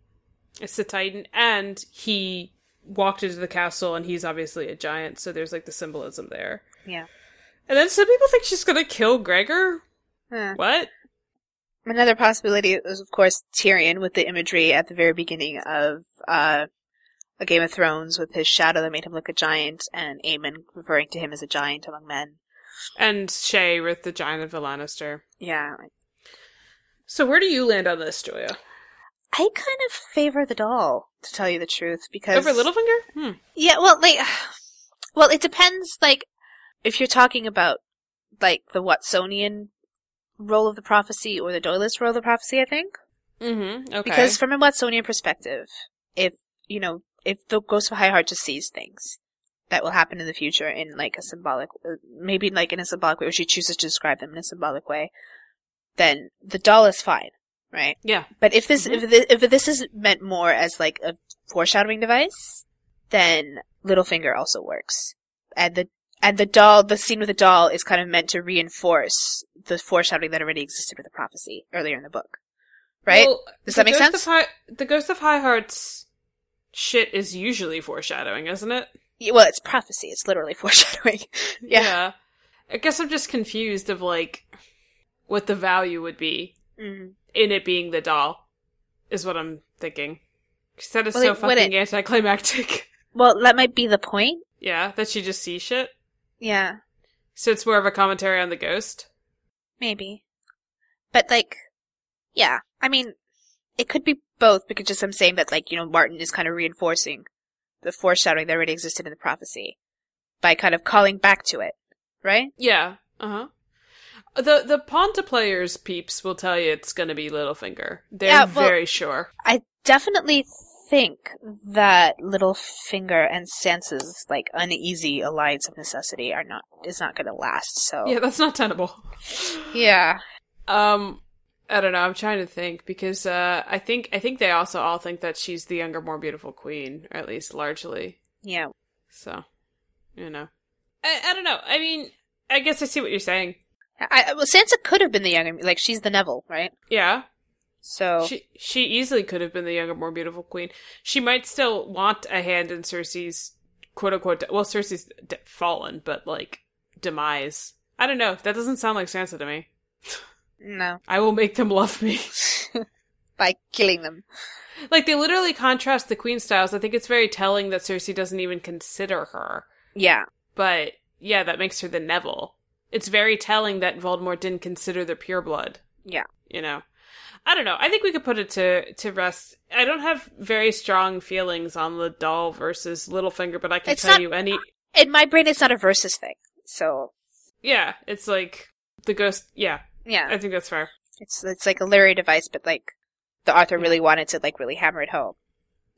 It's the Titan, and he walked into the castle, and he's obviously a giant, so there's like the symbolism there. Yeah. And then some people think she's gonna kill Gregor. Huh. What? Another possibility is, of course, Tyrion with the imagery at the very beginning of uh, A Game of Thrones with his shadow that made him look a giant and Aemon referring to him as a giant among men. And Shay with the giant of the Lannister. Yeah. So where do you land on this, Joya? I kind of favor the doll, to tell you the truth, because. Over Littlefinger? Hmm. Yeah, well, like. Well, it depends, like, if you're talking about, like, the Watsonian role of the prophecy or the Doylist role of the prophecy, I think. Mm-hmm. Okay. Because from a Watsonian perspective, if you know, if the Ghost of High Heart just sees things that will happen in the future in like a symbolic, uh, maybe like in a symbolic way, or she chooses to describe them in a symbolic way, then the doll is fine, right? yeah. But if this Mhm. if this, if this is meant more as like a foreshadowing device, then Littlefinger also works, and the and the doll, the scene with the doll is kind of meant to reinforce the foreshadowing that already existed with the prophecy earlier in the book, right? Well, Does the that make Ghost sense? of High- the Ghost of High Hearts shit is usually foreshadowing, isn't it? Yeah, well, it's prophecy. It's literally *laughs* foreshadowing. *laughs* yeah. I guess I'm just confused of like what the value would be Mm. in it being the doll, is what I'm thinking. 'Cause that is Well, so it wouldn't. fucking anticlimactic. *laughs* Well, that might be the point. yeah, that she just sees shit. Yeah, So it's more of a commentary on the ghost. maybe. But like, yeah. I mean, it could be both because just I'm saying that like you know Martin is kind of reinforcing the foreshadowing that already existed in the prophecy by kind of calling back to it, right? Yeah. Uh Uh-huh. huh. The the Ponta players peeps will tell you it's gonna be Littlefinger. They're Yeah, well- very sure. I definitely think that Littlefinger and Sansa's like uneasy alliance of necessity are not is not going to last. So Yeah, that's not tenable. yeah. Um, I don't know. I'm trying to think because uh, I think I think they also all think that she's the younger, more beautiful queen, or at least largely. yeah. So, you know, I, I don't know. I mean, I guess I see what you're saying. I, I- well, Sansa could have been the younger, like she's the Neville, right? Yeah, So she she easily could have been the younger, more beautiful queen. She might still want a hand in Cersei's quote unquote. well, Cersei's de- fallen, but like demise. I don't know. That doesn't sound like Sansa to me. no, *laughs* I will make them love me. *laughs* by killing them. Like they literally contrast the queen styles. I think it's very telling that Cersei doesn't even consider her. Yeah, But yeah, that makes her the Neville. It's very telling that Voldemort didn't consider the pure blood. Yeah. You know. I don't know. I think we could put it to to rest. I don't have very strong feelings on the doll versus Littlefinger, but I can It's tell not- you any in my brain, it's not a versus thing. So Yeah, it's like the ghost yeah, yeah, I think that's fair. it's it's like a literary device, but like the author really wanted to like really hammer it home.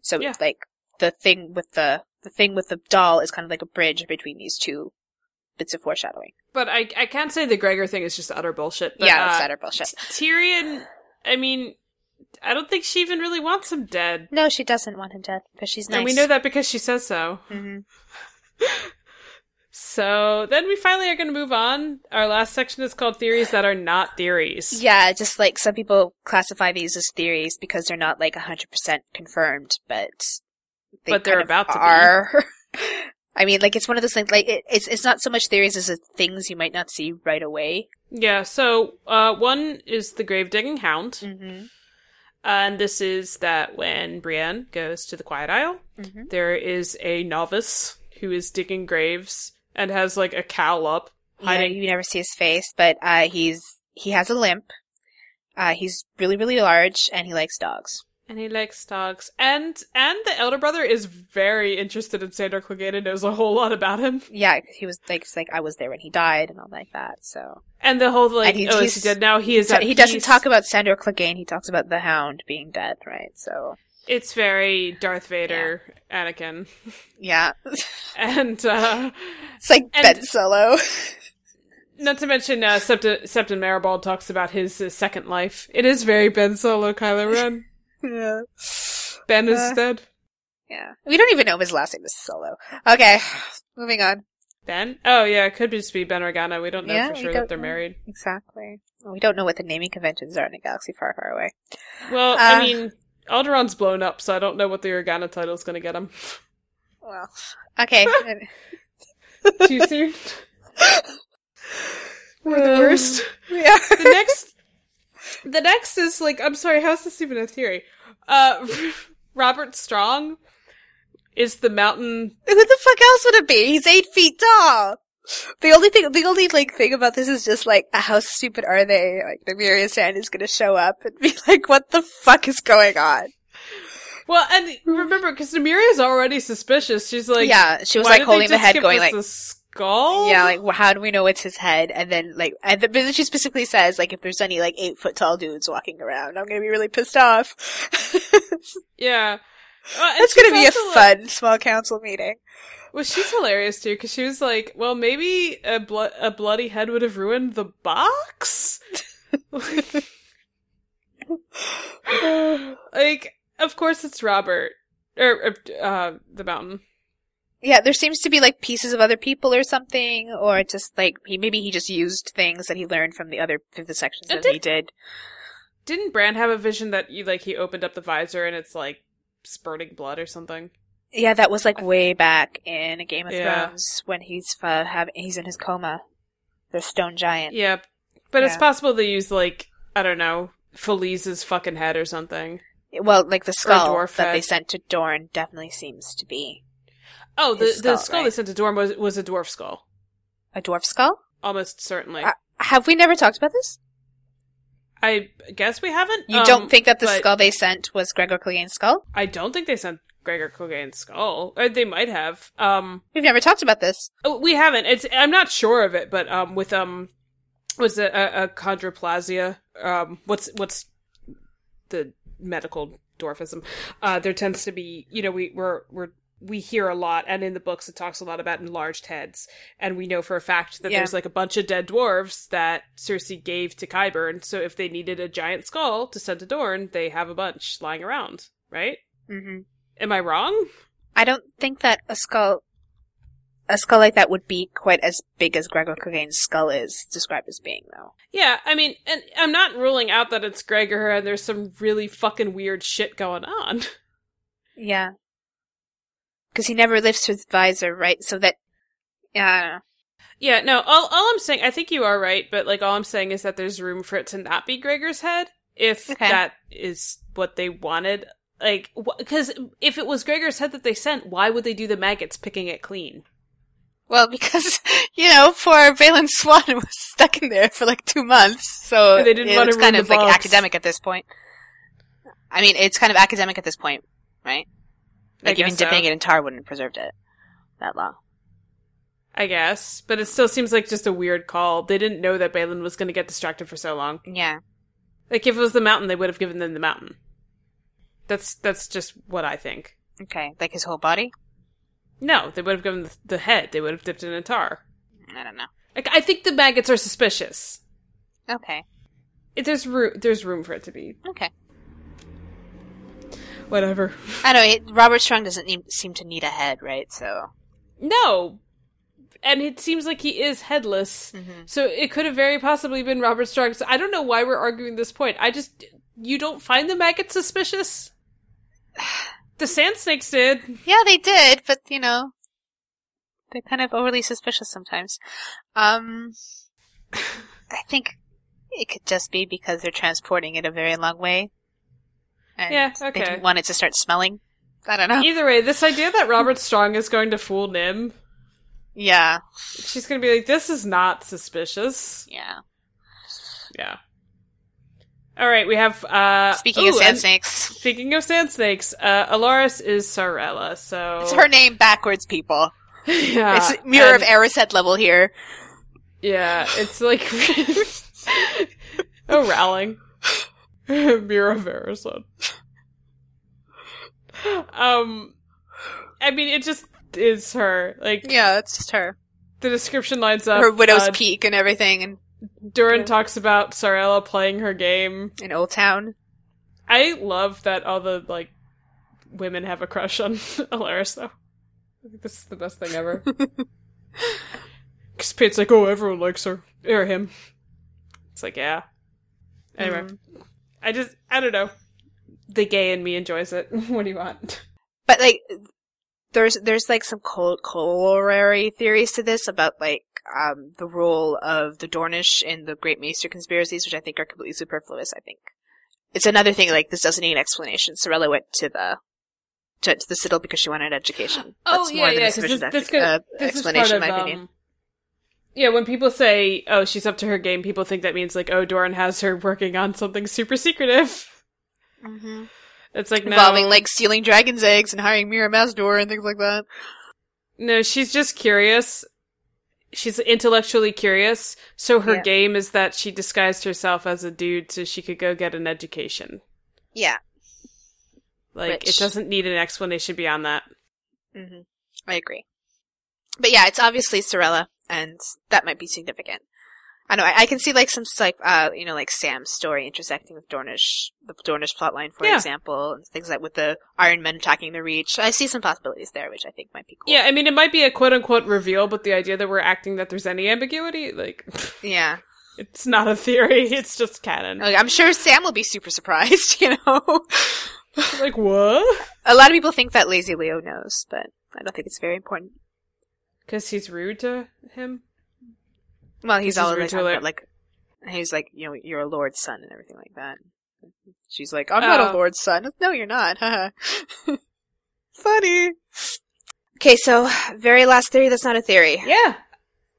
So Yeah. like the thing with the the thing with the doll is kind of like a bridge between these two bits of foreshadowing. But I I can't say the Gregor thing is just utter bullshit. But, yeah, uh, it's not a bullshit. Tyrion, I mean, I don't think she even really wants him dead. No, she doesn't want him dead because she's nice. And we know that because she says so. hmm So then we finally are going to move on. Our last section is called Theories That Are Not Theories. Yeah, just like some people classify these as theories because they're not like 100% confirmed, but they But they're kind of about to be. are. *laughs* I mean, like it's one of those things like it, it's it's not so much theories as it's things you might not see right away. Yeah, so uh, one is the grave digging hound. Mhm. And this is that when Brienne goes to the Quiet Isle, Mhm. there is a novice who is digging graves and has like a cowl up. Yeah, Hiding. you never see his face, but uh he's he has a limp. Uh he's really really large and he likes dogs. And he likes dogs. And and the elder brother is very interested in Sandor Clegane and knows a whole lot about him. Yeah, he was like it's like I was there when he died and all like that. So And the whole like, And he's- oh, is he's- he dead now? He is. at he doesn't peace. talk about Sandor Clegane, he talks about the hound being dead, right? So It's very Darth Vader, Anakin, yeah. *laughs* and uh, It's like And- *laughs* Ben Solo. Not to mention, uh, Septa, Septon Maribald talks about his uh, second life. It is very Ben Solo, Kylo *laughs* Ren. Yeah. Ben is Uh. dead. Yeah. We don't even know if his last name is Solo. Okay. Moving on. Ben? Oh, yeah, it could just be Ben Organa. We don't know Yeah, for we sure that don't they're know. married. Exactly. We don't know what the naming conventions are in a galaxy far, far away. Well, I Uh. mean, Alderon's blown up, so I don't know what the Organa title's going to get him. *laughs* Well, okay. then- Too soon? We're the Um, worst. We are. Um, The *laughs* next, the next is like, I'm sorry, how's this even a theory? Uh, *laughs* Robert Strong is the mountain. *laughs* Who the fuck else would it be? He's eight feet tall. The only thing, the only like thing about this is just like, how stupid are they? Like, the Miriam Sand is gonna show up and be like, what the fuck is going on? Well, and remember, because Namiria's already suspicious. She's like, yeah, she was "Why like did they holding the just head give going us like, the skull? yeah, like, well, how do we know it's his head? And then like, and the, but then she specifically says like, if there's any like eight foot tall dudes walking around, I'm gonna be really pissed off. *laughs* yeah. Well, and That's gonna be she's a also, like- fun small council *sighs* meeting. Well, she's hilarious too because she was like, "Well, maybe a blo- a bloody head would have ruined the box." *laughs* like, of course, it's Robert or uh, the mountain. Yeah, there seems to be like pieces of other people or something, or just like he maybe he just used things that he learned from the other from the sections It that he did. Didn't Bran have a vision that you like he opened up the visor and it's like spurting blood or something? Yeah, that was like way back in a Game of Yeah. Thrones when he's uh, have he's in his coma. The stone giant. Yeah, but it's Yeah. possible they use like I don't know Felise's fucking head or something. Well, like the skull dwarf that they head. sent to Dorne definitely seems to be Oh, the His the skull, skull they right? sent to Dorm was was a dwarf skull, a dwarf skull. almost certainly. Uh, Have we never talked about this? I guess we haven't. You Um, don't think that the but- skull they sent was Gregor Clegane's skull? I don't think they sent Gregor Clegane's skull. Or they might have. Um, We've never talked about this. oh, we haven't. It's I'm not sure of it, but um, with um, was it a, a chondroplasia? Um, what's what's the medical dwarfism? Uh, there tends to be, you know, we we're we're we hear a lot, and in the books it talks a lot about enlarged heads, and we know for a fact that Yeah. there's like a bunch of dead dwarves that Cersei gave to Kyburn. So if they needed a giant skull to send to Dorne, they have a bunch lying around, right? hmm Mm-hmm. Am I wrong? I don't think that a skull, a skull like that would be quite as big as Gregor Clegane's skull is described as being, though. Yeah, I mean, and I'm not ruling out that it's Gregor and there's some really fucking weird shit going on. *laughs* Yeah, because he never lifts his visor, right? So that, uh, yeah, I don't know. Yeah, no, all, all I'm saying, I think you are right, but like all I'm saying is that there's room for it to not be Gregor's head if Okay. that is what they wanted. Like, because if it was Gregor's head that they sent, why would they do the maggots picking it clean? well, *laughs* because you know, poor Valen Swan was stuck in there for like two months, so And they didn't it's wanna ruin kind the of like box. academic at this point. I mean, it's kind of academic at this point, right? I Like even guess so. dipping it in tar wouldn't have preserved it that long. I guess, but it still seems like just a weird call. They didn't know that Balin was going to get distracted for so long. Yeah. Like, if it was the mountain, they would have given them the mountain. That's that's just what I think. Okay. Like his whole body. No, they would have given the, the head. They would have dipped it in a tar. I don't know. Like I think the maggots are suspicious. Okay. It, there's room. There's room for it to be Okay. whatever. I know it, Robert Strong doesn't need, seem to need a head, right? So No, and it seems like he is headless. So it could have very possibly been Robert Strong. So I don't know why we're arguing this point. I just you don't find the maggots suspicious. *sighs* The sand snakes did. yeah, they did, but you know, they're kind of overly suspicious sometimes. Um, I think it could just be because they're transporting it a very long way, and Yeah, they okay. didn't want it to start smelling. I don't know. Either way, this idea that Robert Strong is going to fool Nim, Yeah, she's going to be like, "This is not suspicious." yeah. Yeah. All right, we have uh Speaking of ooh, sand and- snakes, Speaking of sand snakes, uh Alaris is Sorella, so *laughs* it's her name backwards, people. yeah, it's mirror of Uh, and- Erised level here. Yeah, it's like *laughs* Oh Rowling. *laughs* mirror of Erised. Um I mean it just is her. Like Yeah, it's just her. The description lines up. Her widow's Uh, peak and everything, and Durin talks about Sarella playing her game. in Old Town. I love that all the like women have a crush on *laughs* Alaris though. I think this is the best thing *laughs* *laughs* ever. Because Pate's like, oh, everyone likes her or him. It's like, yeah. Anyway, Mm-hmm. I just I don't know. The gay in me enjoys it. *laughs* what do you want? But like, there's there's like some col- corollary theories to this about like um, the role of the Dornish in the Great Maester conspiracies, which I think are completely superfluous. I think it's another thing like this doesn't need an explanation. Sorella went to the to, to the Citadel because she wanted an education. Oh, That's more than a sufficient ex- uh, explanation, in my opinion. yeah, when people say, "Oh, she's up to her game," people think that means like, "Oh, Doran has her working on something super secretive." *laughs* hmm It's like no, Involving like stealing dragons' eggs and hiring Mira Mazdor and things like that. No, she's just curious. She's intellectually curious. So her Yeah. game is that she disguised herself as a dude so she could go get an education. Yeah, Like Which- it doesn't need an explanation beyond that. hmm I agree. But yeah, it's obviously Sorella, and that might be significant. I know I, I can see like some like uh you know like Sam's story intersecting with Dornish the Dornish plotline for Yeah. example and things like with the Iron Men attacking the Reach. I see some possibilities there which I think might be cool. Yeah, I mean it might be a quote unquote reveal, but the idea that we're acting that there's any ambiguity, like *laughs* yeah. it's not a theory, *laughs* it's just canon. Like, I'm sure Sam will be super surprised. *laughs* You know, *laughs* Like what? a lot of people think that Lazy Leo knows, but I don't think it's very important. Because he's rude to him. Well, he's This all is the Rachel time, Lake. but like, he's like, you know, you're a lord's son and everything like that. She's like, I'm not Oh. a lord's son. *laughs* No, you're not. Funny. Okay, so very last theory that's not a theory. Yeah,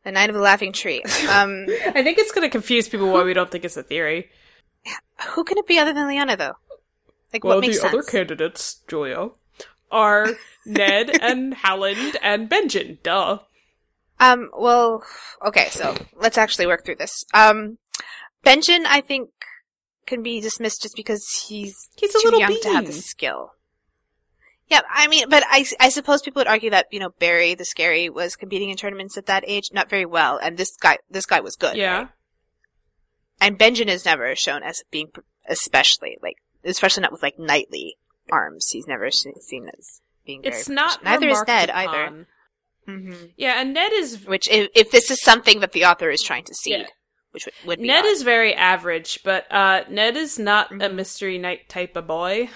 The Night of the Laughing *laughs* Tree. Um, I think it's gonna confuse people why we don't think it's a theory. who can it be other than Liana though? Like, Well, what the makes sense? other candidates, Julio, are Ned *laughs* and Howland and Benjen. Duh. Um, well, okay, so let's actually work through this. Um, Benjen, I think, can be dismissed just because he's He's a too little young to have the bean. skill. Yeah, I mean, but I, I suppose people would argue that you know Barry the Scary was competing in tournaments at that age, not very well, and this guy this guy was good. Yeah. right? and Benjen is never shown as being pr- especially like especially not with like knightly arms. He's never se- seen as being. Very It's not. proficient. neither is remarked Ned either. upon. hmm Yeah, and Ned is Which if, if this is something that the author is trying to seed, Yeah. which would, would be Ned odd. is very average, but uh, Ned is not a Mhm. mystery knight type of boy.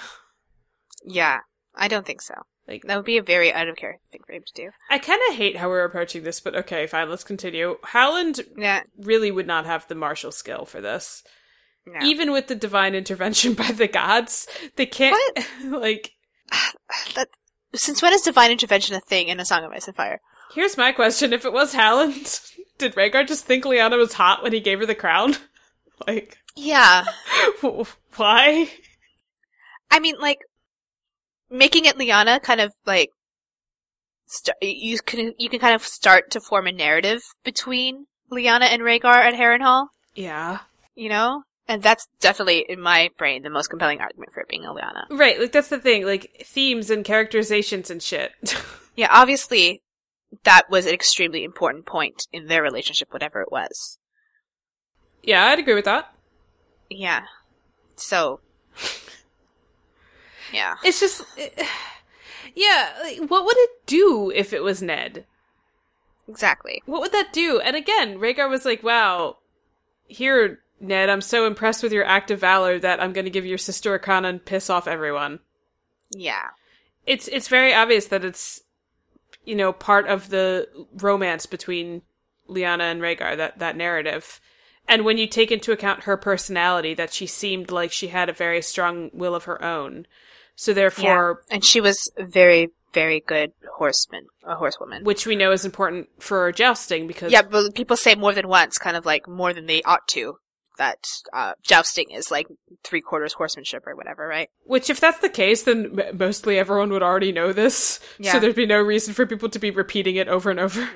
Yeah, I don't think so. Like That would be a very out of character thing for him to do. I kind of hate how we're approaching this, but okay, fine. Let's continue. Howland Yeah, really would not have the martial skill for this, no. even with the divine intervention *laughs* by the gods. They can't *laughs* like. that, since when is divine intervention a thing in A Song of Ice and Fire? Here's my question: If it was Howland, *laughs* did Rhaegar just think Lyanna was hot when he gave her the crown? *laughs* Like, Yeah, why? I mean, like making it Liana kind of like st- you can you can kind of start to form a narrative between Liana and Rhaegar at Harrenhal, Yeah. you know, and that's definitely in my brain the most compelling argument for it being a Liana. Right, like that's the thing, like themes and characterizations and shit. *laughs* Yeah, obviously, that was an extremely important point in their relationship, whatever it was. yeah, I'd agree with that. Yeah. So. *laughs* Yeah. It's just *sighs* yeah, like, what would it do if it was Ned? Exactly. What would that do? And again, Rhaegar was like, "Wow, here, Ned, I'm so impressed with your act of valor that I'm going to give your sister a crown and piss off everyone." Yeah. It's it's very obvious that it's you know part of the romance between Lyanna and Rhaegar that that narrative. And when you take into account her personality, that she seemed like she had a very strong will of her own, so therefore, And she was a very, very good horseman, a horsewoman. which we know is important for jousting because Yeah, but people say more than once, kind of like more than they ought to, that uh, jousting is like three quarters horsemanship or whatever, right? Which, if that's the case, then m- mostly everyone would already know this. So Yeah. there'd be no reason for people to be repeating it over and *laughs* over.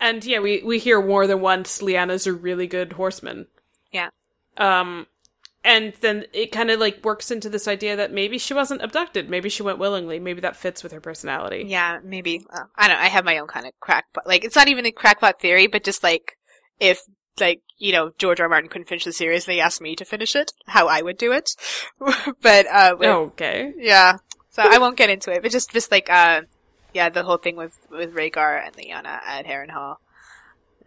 and yeah, we, we hear more than once Lyanna's a really good horseman. Yeah. Um, and then it kind of like works into this idea that maybe she wasn't abducted, maybe she went willingly, maybe that fits with her personality. Yeah, maybe. Uh, I don't. I have my own kind of crackpot. Like it's not even a crackpot theory, but just like if like you know George R. R. Martin couldn't finish the series, they asked me to finish it, how I would do it. *laughs* but uh, if- Okay. yeah. So *laughs* I won't get into it, but just just like uh, yeah, the whole thing with with Rhaegar and Lyanna at Harrenhal,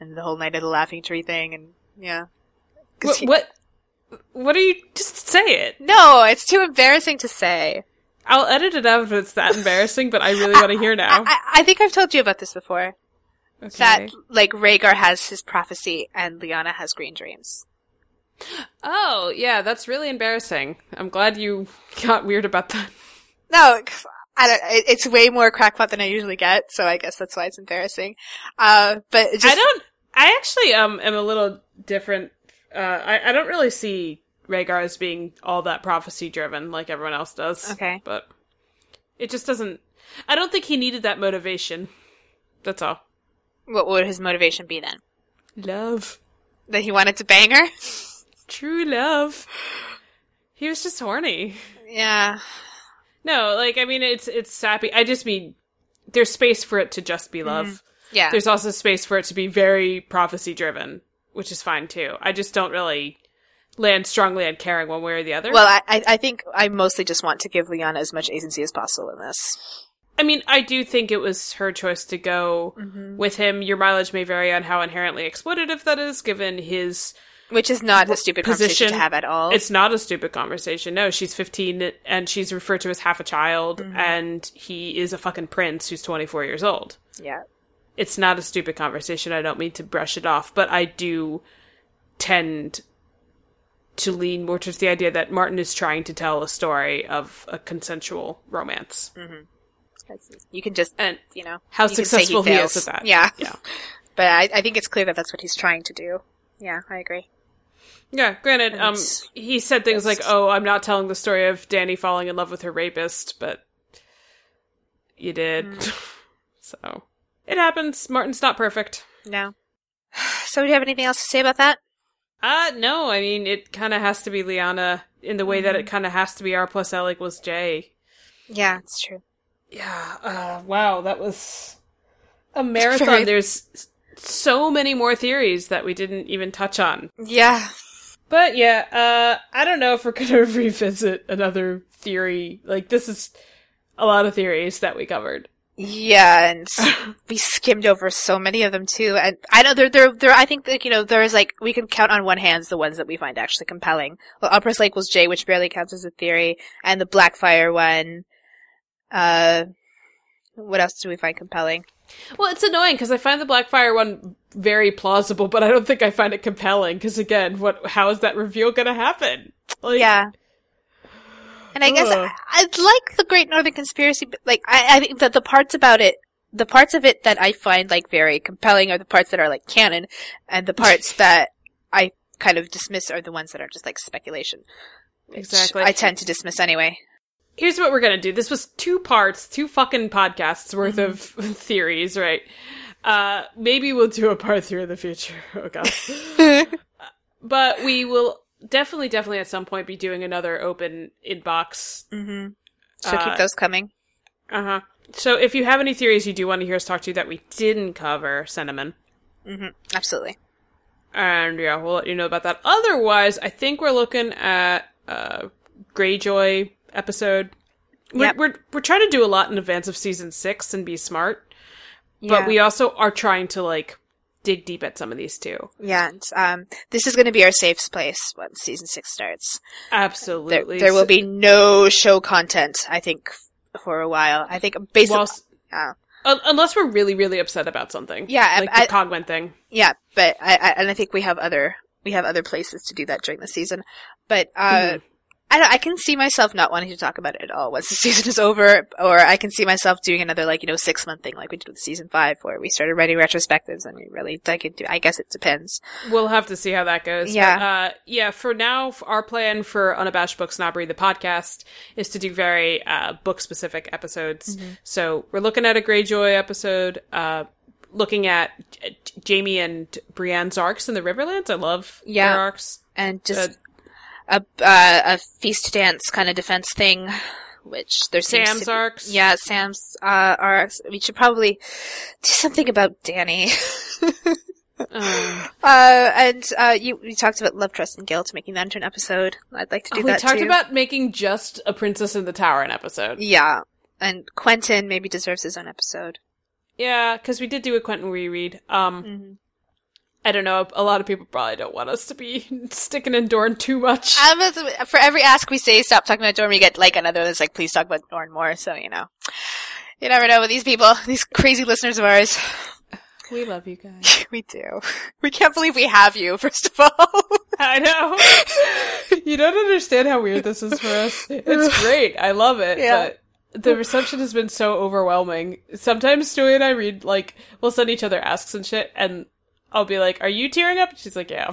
and the whole Night of the Laughing Tree thing, and yeah. *laughs* What, 'Cause he- what? What are you? Just say it. No, it's too embarrassing to say. I'll edit it out if it's that embarrassing, but I really want to hear now. I, I think I've told you about this before. Oh. Okay. *laughs* That like Rhaegar has his prophecy and Lyanna has green dreams. oh, yeah, that's really embarrassing. I'm glad you *laughs* got weird about that. No, 'cause I don't. It, it's way more crackpot than I usually get, so I guess that's why it's embarrassing. Uh, but it just, I don't. I actually um am a little different. Uh, I I don't really see Rhaegar as being all that prophecy driven like everyone else does. Okay. but it just doesn't. I don't think he needed that motivation. That's all. What would his motivation be then? Love, That he wanted to bang her? true love. He was just horny. Yeah. No, like I mean, it's it's sappy. I just mean there's space for it to just be love. Yeah. There's also space for it to be very prophecy driven, which is fine too. I just don't really land strongly on caring one way or the other. well, I, I I think I mostly just want to give Lyanna as much agency as possible in this. I mean, I do think it was her choice to go Mm-hmm. with him. Your mileage may vary on how inherently exploitative that is, given his. Which is not a stupid conversation Position. to have at all. It's not a stupid conversation. No, she's 15 and she's referred to as half a child, Mm-hmm. and he is a fucking prince who's 24 years old. yeah. It's not a stupid conversation. I don't mean to brush it off, but I do tend to lean more towards the idea that Martin is trying to tell a story of a consensual romance. You can just And you know how Mm. you can say successful he, fails. is at that. Yeah. Yeah. But I, I think it's clear that that's what he's trying to do. Yeah, I agree. Yeah, granted, um, it's- he said things like, it's- "Oh, I'm not telling the story of Danny falling in love with her rapist," but you did. Mm. *laughs* so it happens. Martin's not perfect. No. *sighs* So, do you have anything else to say about that? Uh no, I mean it kind of has to be Liana in the way that it kind of has to be R plus L equals J. Yeah, it's true. Yeah. Uh, wow, that was a marathon. Very- There's s- so many more theories that we didn't even touch on. Yeah. But yeah, uh, I don't know if we're gonna *laughs* revisit another theory. Like this is a lot of theories that we covered. Yeah, and we skimmed over so many of them too. And I know there, there, there. I think like you know, there's like we can count on one hand the ones that we find actually compelling. Well, Upper Lake equals J, which barely counts as a theory, and the Blackfire one. Uh, what else do we find compelling? Well, it's annoying because I find the Blackfire one very plausible, but I don't think I find it compelling. Because again, what? How is that reveal gonna happen? Like, Yeah. And I guess Ugh. I, I'd like the Great Northern Conspiracy, but like I, I think that the parts about it, the parts of it that I find like very compelling are the parts that are like canon, and the *laughs* parts that I kind of dismiss are the ones that are just like speculation. which Exactly. I tend to dismiss anyway. Here's what we're gonna do. This was two parts, two fucking podcasts worth of *laughs* theories, right? Uh, maybe we'll do a part three in the future. *laughs* Oh god. but we will definitely, definitely at some point be doing another open inbox Mm-hmm. So Uh, keep those coming. Uh huh. So if you have any theories you do want to hear us talk to that we didn't cover, send them in. Absolutely. And yeah, we'll let you know about that. Otherwise, I think we're looking at uh Greyjoy episode. We're, Yep. we're we're trying to do a lot in advance of season six and be smart, Yeah. but we also are trying to like dig deep at some of these too. yeah. it's, um, this is going to be our safe place once season six starts. There, Absolutely, there will be no show content, I think, for a while. I think basically. Whilst- yeah. un- unless we're really really upset about something. Yeah, like I- the Cogwen thing. Yeah, but I, I and I think we have other we have other places to do that during the season. But uh, Mm-hmm. I don't, I can see myself not wanting to talk about it at all once the *laughs* season is over, or I can see myself doing another like you know six month thing like we did with season five, where we started writing retrospectives and we really dug into. I guess it depends. We'll have to see how that goes. Yeah. But, uh, yeah, for now, f- our plan for Unabashed Book Snobbery, the podcast, is to do very uh, book specific episodes. Mm-hmm. So we're looking at a Greyjoy episode, uh, looking at J- Jamie and Brienne's arcs in the Riverlands. I love Yeah. their arcs. And just Uh, a uh, a feast dance kind of defense thing, which there seems Sam's to be- arcs. Yeah, Sam's uh, arcs. We should probably do something about Danny. *laughs* Um, uh, and uh, you we talked about love, trust, and guilt, making that into an episode. I'd like to *gasps* do oh, we that talked too. about making just a Princess in the Tower an episode. yeah, and Quentin maybe deserves his own episode. Yeah, because we did do a Quentin reread. Um, Mm-hmm. I don't know. A lot of people probably don't want us to be *laughs* sticking in Dorn too much. Um, it's- for every ask we say, stop talking about Dorn, we get like another that's like, please talk about Dorn more. So, you know, you never know with these people, these crazy listeners of ours. we love you guys. *laughs* We do. We can't believe we have you, first of *laughs* all. I know. *laughs* you don't understand how weird this is for us. *laughs* It's great. I love it. Yeah. But the reception has been so overwhelming. Sometimes Stewie and I read, like, we'll send each other asks and shit, and I'll be like, Are you tearing up? She's like, Yeah.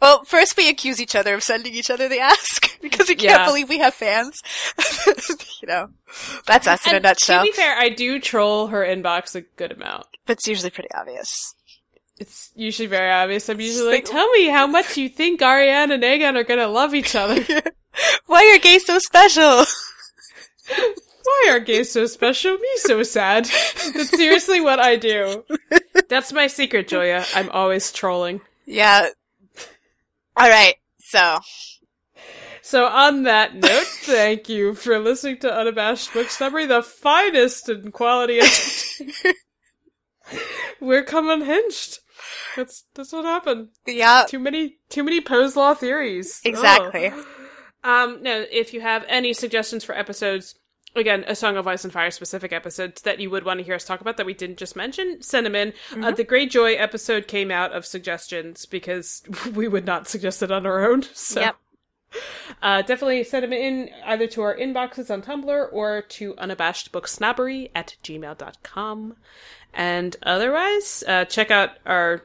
well, first we accuse each other of sending each other the ask *laughs* because we can't Yeah. believe we have fans. *laughs* you know, that's us in a And nutshell. To be fair, I do troll her inbox a good amount. but it's usually pretty obvious. It's usually very obvious. I'm usually like, like- Tell me how much you think Ariane and Aegon are going to love each other. *laughs* Why are gays so special? Why are gays so special? Me so sad. That's seriously what I do. That's my secret, Julia. I'm always trolling. yeah. All right. So, So on that note, thank you for listening to Unabashed Book Snobbery, the finest in quality. entertainment. We're come unhinged. That's that's what happened. yeah. Too many too many Poe's law theories. Oh. Ugh. Exactly. Um, no, if you have any suggestions for episodes, again, a Song of Ice and Fire specific episodes that you would want to hear us talk about that we didn't just mention, send them in. Uh, Mm-hmm. the Great Joy episode came out of suggestions because *laughs* we would not suggest it on our own. *laughs* So. Yep. Uh, definitely send them in either to our inboxes on Tumblr or to unabashedbooksnobbery at gmail.com. And otherwise, uh, check out our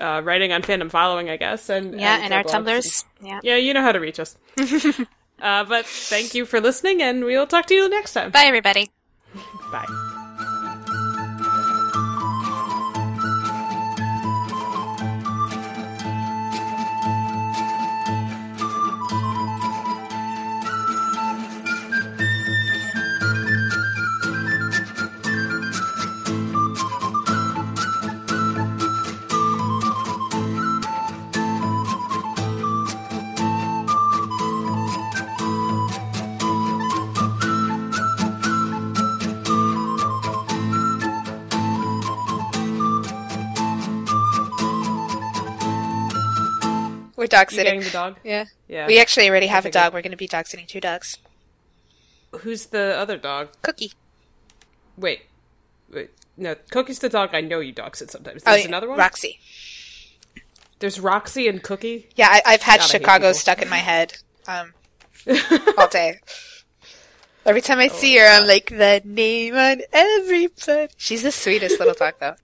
uh, writing on fandom following, I guess. And, Yeah, and blogs our and- tumblers. Yeah. yeah, you know how to reach *laughs* us. uh, but thank you for listening, and we'll talk to you next time. Bye, everybody. Bye. We're dog You getting sitting. the dog? Yeah. Yeah. We actually already have a figured. dog. We're going to be dog sitting two dogs. Who's the other dog? Cookie. Wait. Wait. No, Cookie's the dog I know you dog sit sometimes. Oh, There's yeah, another one? Roxy. There's Roxy and Cookie. *laughs* Yeah, I, I've God, had I hate Chicago people. stuck in my head um, all *laughs* day. Oh, Every time I see her, I'm like, the name on every everybody. She's the sweetest little dog, though.